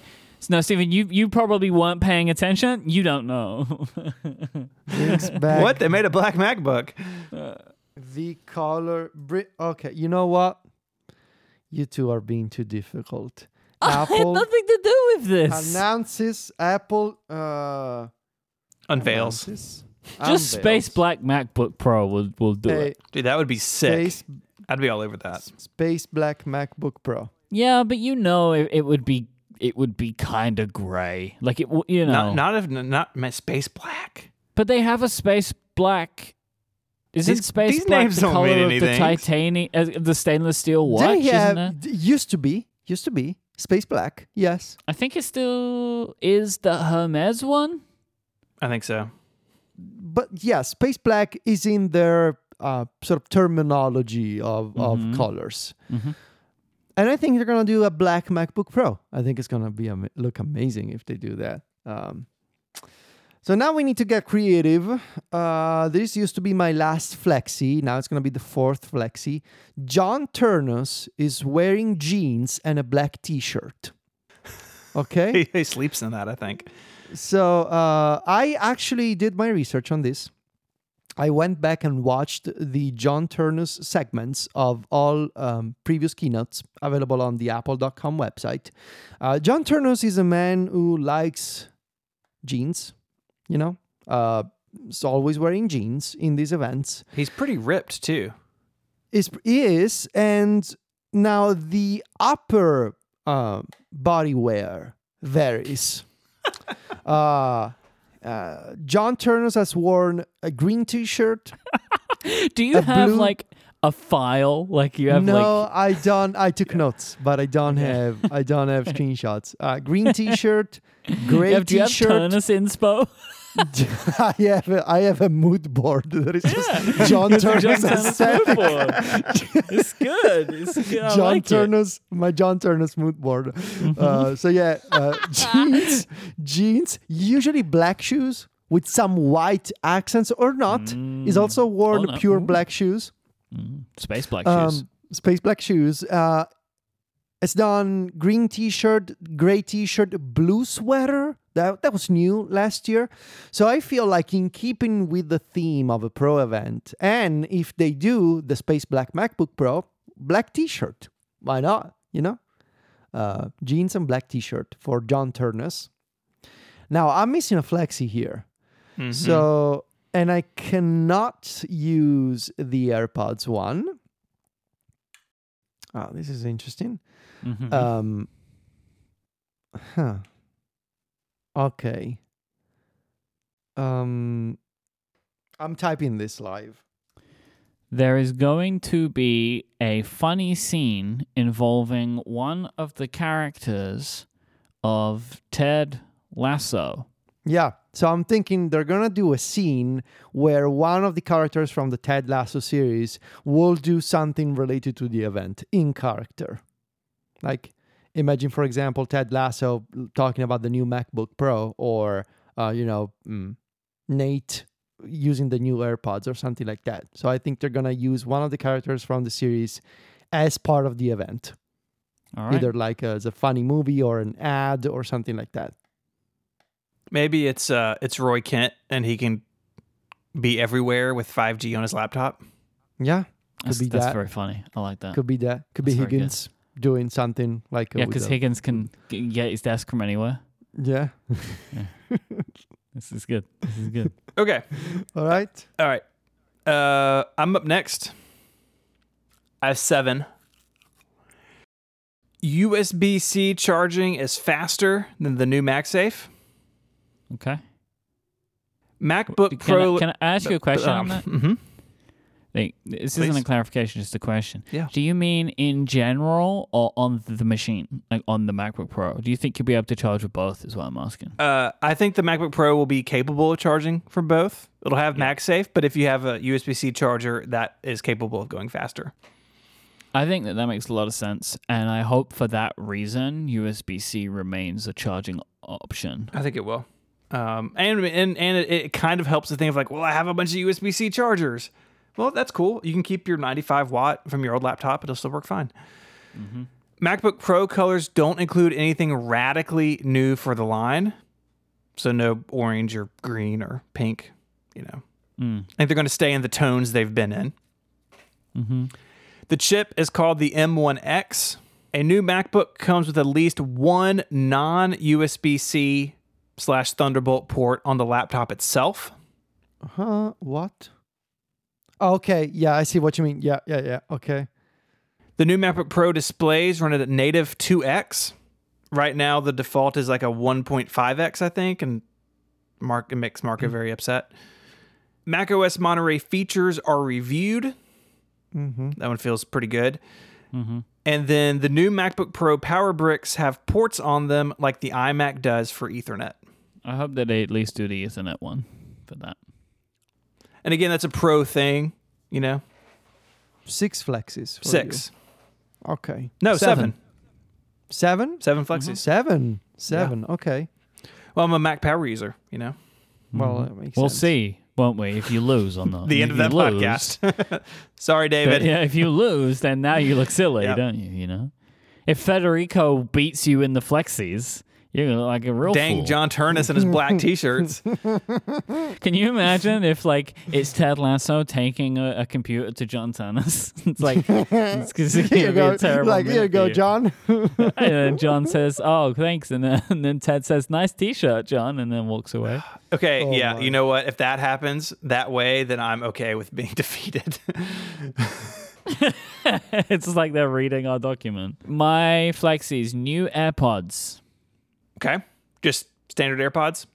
no, Stephen, you you probably weren't paying attention. You don't know.
brings back
what? They made a black MacBook.
The color. Bri- okay, you know what? You two are being too difficult.
I had
Apple
nothing to do with this.
announces Apple uh,
Unveils.
announces-
Just Space
unveils
Black MacBook Pro will will do
a
it.
Dude, that would be sick.
Space
I'd be all over that.
Space Black MacBook Pro.
Yeah, but you know it, it would be it would be kind of gray. Like it, w- you know.
Not, not if not my space black.
But they have a space black. Isn't
These-
space
these
black
names
the
don't
color
mean
of the
anything.
titanium, uh, the stainless steel watch?
They have-
isn't it?
d- used to be used to be Space Black. Yes.
I think it still is the Hermes one.
I think so.
but yeah, space black is in their uh, sort of terminology of, of colors. And I think they're gonna do a black MacBook Pro. I think it's gonna be am- look amazing if they do that. Um, so now we need to get creative. Uh, this used to be my last flexi. Now it's gonna be the fourth flexi. John Turnus is wearing jeans and a black T-shirt. Okay.
He, he sleeps in that. I think.
So uh, I actually did my research on this. I went back and watched the John Turnus segments of all um, previous keynotes available on the Apple.com website. Uh, John Turnus is a man who likes jeans, you know, uh, is always wearing jeans in these events
He's pretty ripped too.
is is and now the upper uh, body wear varies Uh, uh, John Turners has worn a green T-shirt.
Do you
A
have
blue-
like a file? Like you have
no,
like
I don't. I took notes, but I don't have. I don't have screenshots. Uh, green T-shirt,
you
gray
have, do you have
T-shirt.
Turnus inspo?
I have. A, I have a mood board that is just John Turner's aesthetic.
it's good. It's good. I
John
like it.
Turner's my John Turner's mood board. Uh, so yeah, uh, jeans, jeans, usually black shoes with some white accents or not. Is also worn
Oh, no.
pure
Ooh.
black shoes,
Space black shoes.
um, space black shoes. Uh, it's done green t-shirt, gray t-shirt, blue sweater. That that was new last year. So I feel like in keeping with the theme of a pro event, and if they do the space black MacBook Pro, black t-shirt. Why not? You know? Uh, jeans and black t-shirt for John Turnus. Now I'm missing a flexi here. Mm-hmm.
Mm-hmm.
So and I cannot use the AirPods one. Oh, this is interesting.
Mhm.
Um, huh. Okay. Um, I'm typing this live.
There is going to be a funny scene involving one of the characters of Ted Lasso.
Yeah. So I'm thinking they're gonna do a scene where one of the characters from the Ted Lasso series will do something related to the event in character. Like imagine, for example, Ted Lasso talking about the new MacBook Pro, or uh, you know, mm, Nate using the new AirPods or something like that. So I think they're gonna use one of the characters from the series as part of the event,
All right.
either like as a funny movie or an ad or something like that.
Maybe it's uh it's Roy Kent and he can be everywhere with 5G on his laptop.
Yeah.
that's,
could be
that's
that.
very funny. I like that.
Could be that. Could be
Oh, That's very good.
Higgins doing something like
Yeah,
with
because
a-
Higgins can g- get his desk from anywhere.
Yeah.
This is good. This is good.
Okay.
All right.
All right. Uh I'm up next. I have 7. USB-C charging is faster than the new MagSafe.
Okay.
MacBook
Can,
Pro
I, can I ask you a question
uh,
on that?
hmm
Like, this
Please.
isn't a clarification, just a question.
Yeah.
Do you mean in general or on the machine, like on the MacBook Pro? Do you think you'll be able to charge with both? Is what I'm asking.
Uh, I think the MacBook Pro will be capable of charging from both. It'll have MagSafe, but if you have a USB-C charger, that is capable of going faster.
I think that that makes a lot of sense, and I hope for that reason USB-C remains a charging option.
I think it will. Um, and and and it, it kind of helps the thing of like, well, I have a bunch of USB-C chargers. Well, that's cool. You can keep your 95 watt from your old laptop; it'll still work fine. MacBook Pro colors don't include anything radically new for the line, so no orange or green or pink. You know,
Mm,
I think they're going to stay in the tones they've been in.
mm-hmm.
The chip is called the M1X. A new MacBook comes with at least one non USB C slash Thunderbolt port on the laptop itself.
Huh? Uh-huh. What? Oh, Okay. Yeah, I see what you mean. Yeah, yeah, yeah. Okay.
The new MacBook Pro displays run at native 2X. Right now, the default is like a 1.5X, I think, and Mark it makes Marco very upset. Mac OS Monterey features are reviewed.
Mm-hmm.
That one feels pretty good. And then the new MacBook Pro power bricks have ports on them like the iMac does for Ethernet.
I hope that they at least do the Ethernet one for that.
And again, that's a pro thing, you know.
Six flexes. for you.
Six.
Okay.
No,
Seven.
seven.
Seven? Uh-huh.
Seven flexes.
Seven. Seven. Okay.
Well, I'm a Mac power user, you know.
Well, that makes
Mm-hmm. We'll
sense.
see, won't we? If you lose on the
The end
if
of that
you lose-
podcast. Sorry, David.
But yeah, if you lose, then now you look silly,
Yep.
don't you? You know, if Federico beats you in the flexies, you're gonna look like a real
Dang,
fool.
John Turnus and his black t-shirts.
Can you imagine if like it's Ted Lasso taking a, a computer to John Thanos? it's like it's, it's
Here
gonna
you
be a
go.
terrible.
Like, here you
minute
go,
for you.
John.
And then John says, "Oh, thanks," and then, and then Ted says, "Nice T-shirt, John," and then walks away.
Okay,
Oh
yeah,
my.
you know what? If that happens that way, then I'm okay with being defeated.
it's just like they're reading our document. My flexies, new AirPods.
okay? Just Standard AirPods?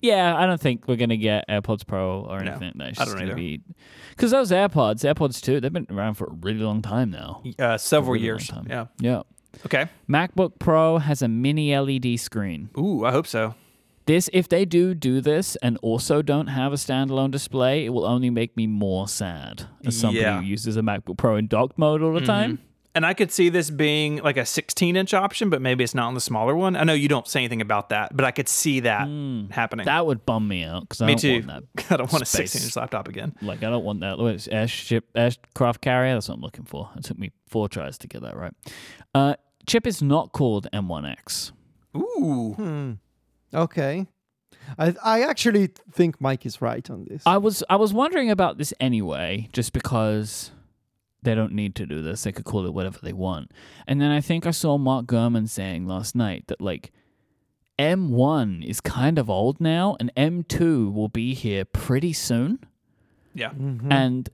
Yeah, I don't think we're gonna get AirPods Pro or anything. That's
I
just
don't
gonna
either.
be because those AirPods, AirPods two, they've been around for a really long time now.
Uh, several
really long
years.
time.
Yeah.
Yeah.
Okay.
MacBook Pro has a mini LED screen.
Ooh, I hope so.
This, if they do do this and also don't have a standalone display, it will only make me more sad as somebody
Yeah. Mm-hmm.
who uses a MacBook Pro in dock mode all the time.
And I could see this being like a 16 inch option, but maybe it's not on the smaller one. I know you don't say anything about that, but I could see that happening.
That would bum me out because I
Me
don't
too.
want that.
I don't want a
space.
16 inch laptop again.
Like I don't want that. What is it, airship aircraft carrier? That's what I'm looking for. It took me four tries to get that right. Uh, chip is not called M1X.
Ooh.
Okay. I I actually think Mike is right on this.
I was I was wondering about this anyway, just because they don't need to do this. They could call it whatever they want. And then I think I saw Mark Gurman saying last night that like M1 is kind of old now, and M2 will be here pretty soon.
Yeah.
Mm-hmm.
And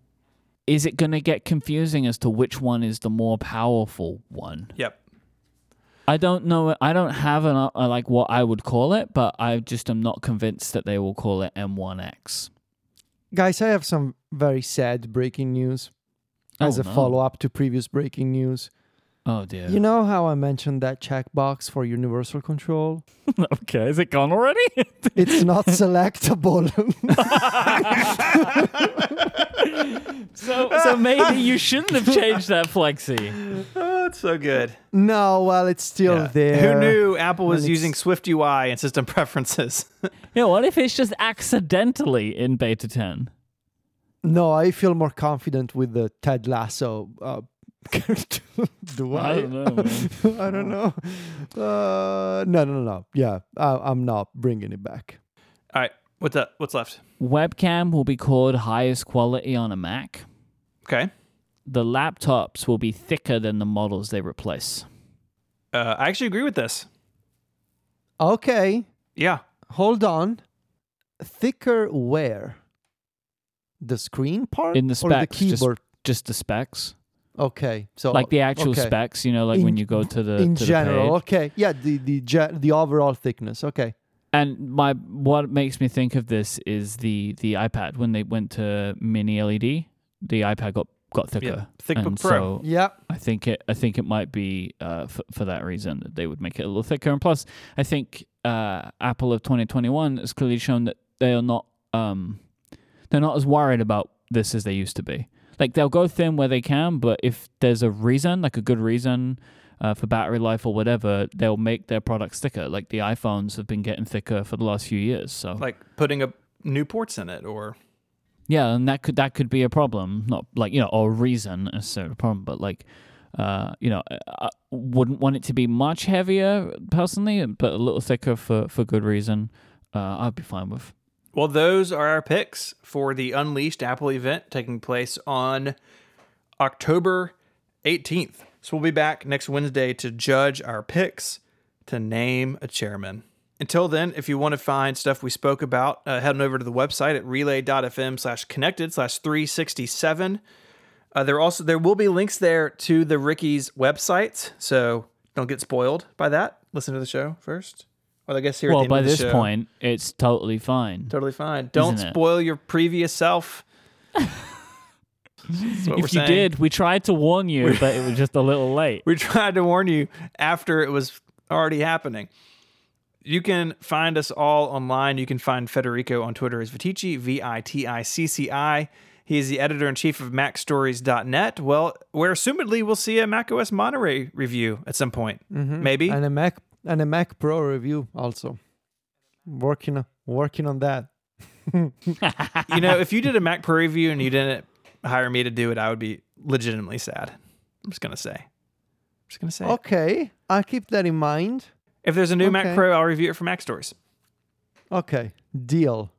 is it going to get confusing as to which one is the more powerful one?
Yep.
I don't know. I don't have an uh, like what I would call it, but I just am not convinced that they will call it M1X.
Guys, I have some very sad breaking news as
Oh,
a
no.
follow up to previous breaking news.
Oh dear.
You know how I mentioned that checkbox for universal control?
Okay, is it gone already?
It's not selectable.
so, so maybe you shouldn't have changed that flexi.
Oh, it's so good.
no, well, it's still
Yeah.
there.
Who knew Apple was
it's-
using Swift UI and system preferences?
Yeah, what if it's just accidentally in beta 10?
No, I feel more confident with the Ted Lasso. Uh, do I?
I don't know. man.
I don't know. Uh, no, no, no, no. Yeah, I, I'm not bringing it back.
All right. What's up? What's left?
Webcam will be called highest quality on a Mac.
Okay.
The laptops will be thicker than the models they replace.
Uh, I actually agree with this.
Okay,
Yeah.
hold on. Thicker where? The screen part
In the
or the
specs, just-
keyboard?
Just the specs,
Okay, so
like the actual
Oh, okay.
specs, you know, like when
In-
you go to the
in
to the
general.
page.
Okay, yeah, the the ge- the overall thickness. Okay,
And my what makes me think of this is the the iPad when they went to mini LED, the iPad got got thicker.
ThickBook
and
Pro.
So
yeah.
I think it I think it might be uh, for, for that reason that they would make it a little thicker. And plus, I think uh, Apple of 2021 has clearly shown that they are not um, they're not as worried about this as they used to be. Like they'll go thin where they can, but if there's a reason, like a good reason uh, for battery life or whatever, they'll make their products thicker. Like the iPhones have been getting thicker for the last few years. So
Like putting a new ports in it or
yeah, and that could that could be a problem, not like you know, or a reason as a problem, but like, uh, you know, I I wouldn't want it to be much heavier personally, but a little thicker for for good reason. Uh, I'd be fine with.
Well, those are our picks for the Unleashed Apple event taking place on October 18th. So we'll be back next Wednesday to judge our picks to name a chairman. Until then, if you want to find stuff we spoke about, uh, head on over to the website at relay.fm slash connected slash 367. Uh, there also there will be links there to the Ricky's websites, so don't get spoiled by that. Listen to the show first. Well, I guess here at
Well,
the
by
end of the
this
show-
point, it's totally fine.
Totally fine. Don't
Isn't it?
spoil your previous self. That's what we're
if you
saying.
did, we tried to warn you, but it was just a little late.
we tried to warn you after it was already happening. You can find us all online. You can find Federico on Twitter as Vitici, V I T I C C I. He is the editor in chief of MacStories.net. Well, where assumedly we'll see a macOS Monterey review at some point. Maybe.
and a Mac and a Mac Pro review also. Working working on that.
you know, if you did a Mac Pro review and you didn't hire me to do it, I would be legitimately sad. I'm just going to say. I'm just going to say. it.
Okay, I'll keep that in mind.
If there's a new Mac
Okay.
Pro, I'll review it for Mac stores.
Okay, deal.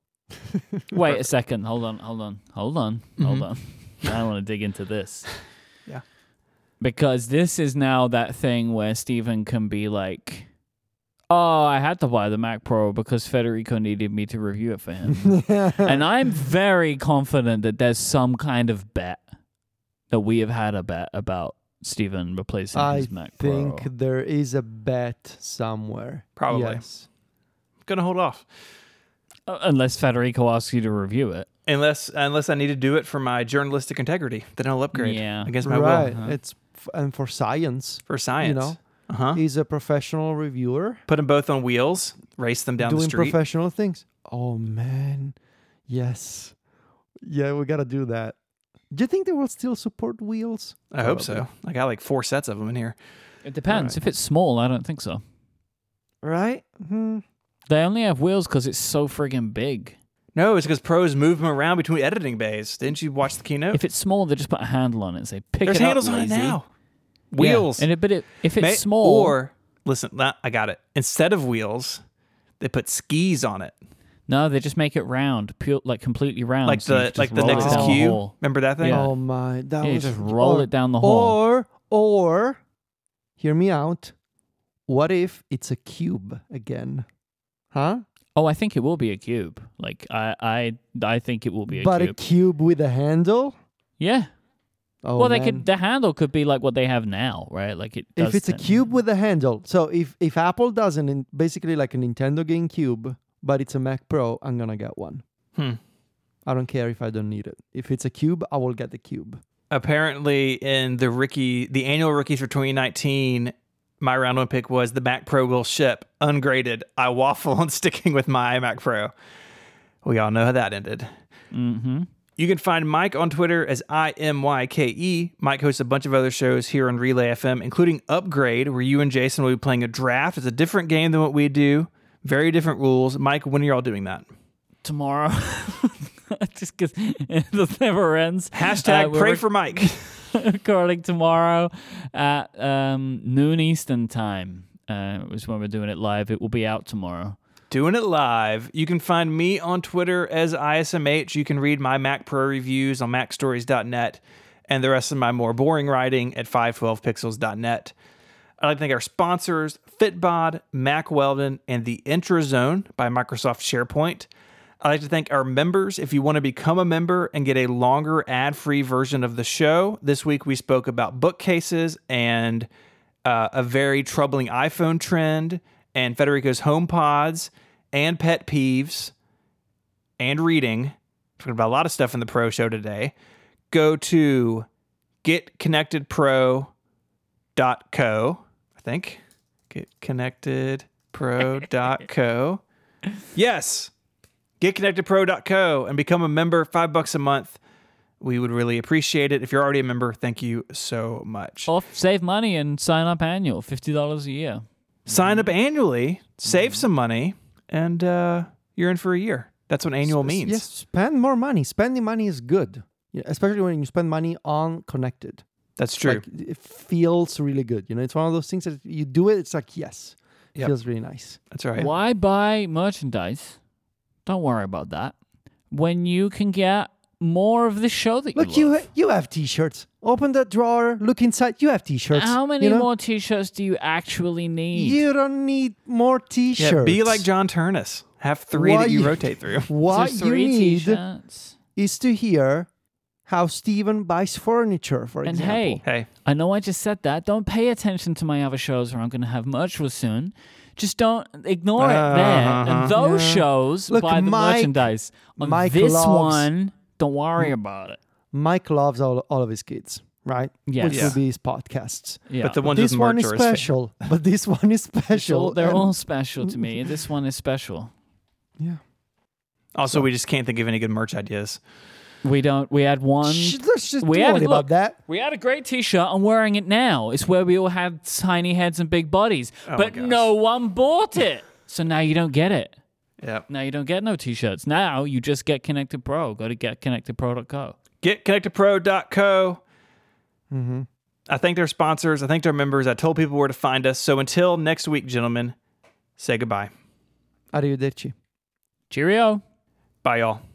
Wait a second. Hold on. Hold on. Hold on.
Mm-hmm.
Hold on. I want to dig into this.
Yeah.
Because this is now that thing where Steven can be like, oh, I had to buy the Mac Pro because Federico needed me to review it for him. and I'm very confident that there's some kind of bet that we have had a bet about Steven replacing
I
his Mac
think
Pro.
there is a bet somewhere.
Probably.
Yes.
gonna hold off
Uh, Unless Federico asks you to review it.
unless unless I need to do it for my journalistic integrity. Then I'll upgrade
Yeah.
against my
right.
will huh?
It's f- and for science.
for science.
You know,
uh huh.
he's a professional reviewer
Put them both on wheels, race them down the
doing
street.
professional things. Oh man, yes, yeah, we gotta do that. Do you think they will still support wheels?
I hope so.
Probably.
I got like four sets of them in here.
It depends. If it's small, I don't think so.
Right? Hmm.
They only have wheels because it's so friggin' big.
No, it's because pros move them around between editing bays. Didn't you watch the keynote?
If it's small, they just put a handle on it and say, pick
There's
it up.
handles on it
lazy."
now.
Yeah,
Wheels.
And it, but it, if it's
Ma-
small,
Or listen, nah, I got it. Instead of wheels, they put skis on it,
no, they just make it round, pure, like completely round.
like
Oh, so you
the
can
like
just
the
roll it
Nexus
down the
Q.
hall.
Remember that thing?
Yeah.
Oh my, that
Yeah, you
was
just roll
or-
it down the hall.
Or or hear me out. What if it's a cube again? Huh?
Oh, I think it will be a cube. Like I, I, I think it will be a
but a
cube.
cube with a handle?
yeah.
Oh,
well, they
man.
could. The handle could be like what they have now, right? Like it.
if
does
it's a
tend-
cube with a handle. So if if Apple doesn't, in basically like a Nintendo game cube, but it's a Mac Pro, I'm gonna get one.
Hmm.
I don't care if I don't need it. If it's a cube, I will get the cube.
apparently in the Ricky the annual rookies for 2019 my round one pick was the Mac Pro will ship ungraded. I waffle on sticking with my iMac Pro. We all know how that ended.
Mhm.
You can find Mike on Twitter as I M Y K E. Mike hosts a bunch of other shows here on Relay FM, including Upgrade, where you and Jason will be playing a draft. It's a different game than what we do. Very different rules. Mike, when are y'all doing that?
tomorrow. Just because it never ends.
Hashtag
Uh, we're
pray for Mike.
recording tomorrow at um, noon Eastern time. Uh, is when we're doing it live. It will be out tomorrow.
Doing it live. You can find me on Twitter as ISMH. You can read my Mac Pro reviews on MacStories.net and the rest of my more boring writing at 512pixels.net. I'd like to thank our sponsors, Fitbod, Mac Weldon, and the IntraZone by Microsoft SharePoint. I'd like to thank our members. If you want to become a member and get a longer ad free version of the show, this week we spoke about bookcases and uh, a very troubling iPhone trend, and Federico's home pods, and pet peeves, and reading. Talking about a lot of stuff in the pro show today. Go to getconnectedpro.co, I think. Getconnectedpro.co. yes. Getconnectedpro.co and become a member, five bucks a month. We would really appreciate it. If you're already a member, thank you so much.
Oh.
Or save money and sign up annual, fifty dollars a year.
sign up annually,
Mm-hmm.
save some money, and uh, you're in for a year. That's what annual means.
Yes, spend more money. Spending money is good, Yeah, especially when you spend money on connected.
That's true.
Like, it feels really good. You know, it's one of those things that you do it. It's like yes, it
Yep.
feels really nice.
That's right.
Why buy merchandise? Don't worry about that. When you can get more of the show that
Look,
you
you
love.
ha- you have t-shirts. Open that drawer. Look inside. You have t-shirts.
How many
you know?
more t-shirts do you actually need?
You don't need more
Yeah,
t-shirts.
be like John Turnus. Have three
Why
that you
you-
rotate through.
What
Just
you
3
need
t-shirts.
is to hear how Steven buys furniture, for
And
example.
hey,
Hey,
I know I just said that. Don't pay attention to my other shows where I'm going to have merch real soon. Just don't ignore it there.
Uh-huh.
And those
Yeah.
shows,
Look,
buy the
Mike-
merchandise. On
Mike
this
loves-
one, don't worry about it.
Mike loves all, all of his kids, right?
Yes.
Which
Yeah.
will be his podcasts.
Yeah.
but the ones
this
with
one
merch
is
are his fa-
Uh, special, but this one is
It's all-
special. um,
they're
and-
all special to me. This one is special.
Yeah.
Also, we just can't think of any good merch ideas.
We don't. We had one.
Shh, let's just
we
don't
had
worry
it-
about
look,
that.
We had a great T-shirt. I'm wearing it now. It's where we all had tiny heads and big bodies,
Oh
my
but
gosh.
no one bought it. so now you don't get it.
Yeah.
Now you don't get no T-shirts. Now you just get Connected Pro. Go to getconnectedpro.co.
GetConnectedPro.co.
Mm-hmm.
I thank their sponsors. I thank their members. I told people where to find us. So until next week, gentlemen, say goodbye.
Arrivederci.
Cheerio.
Bye, y'all.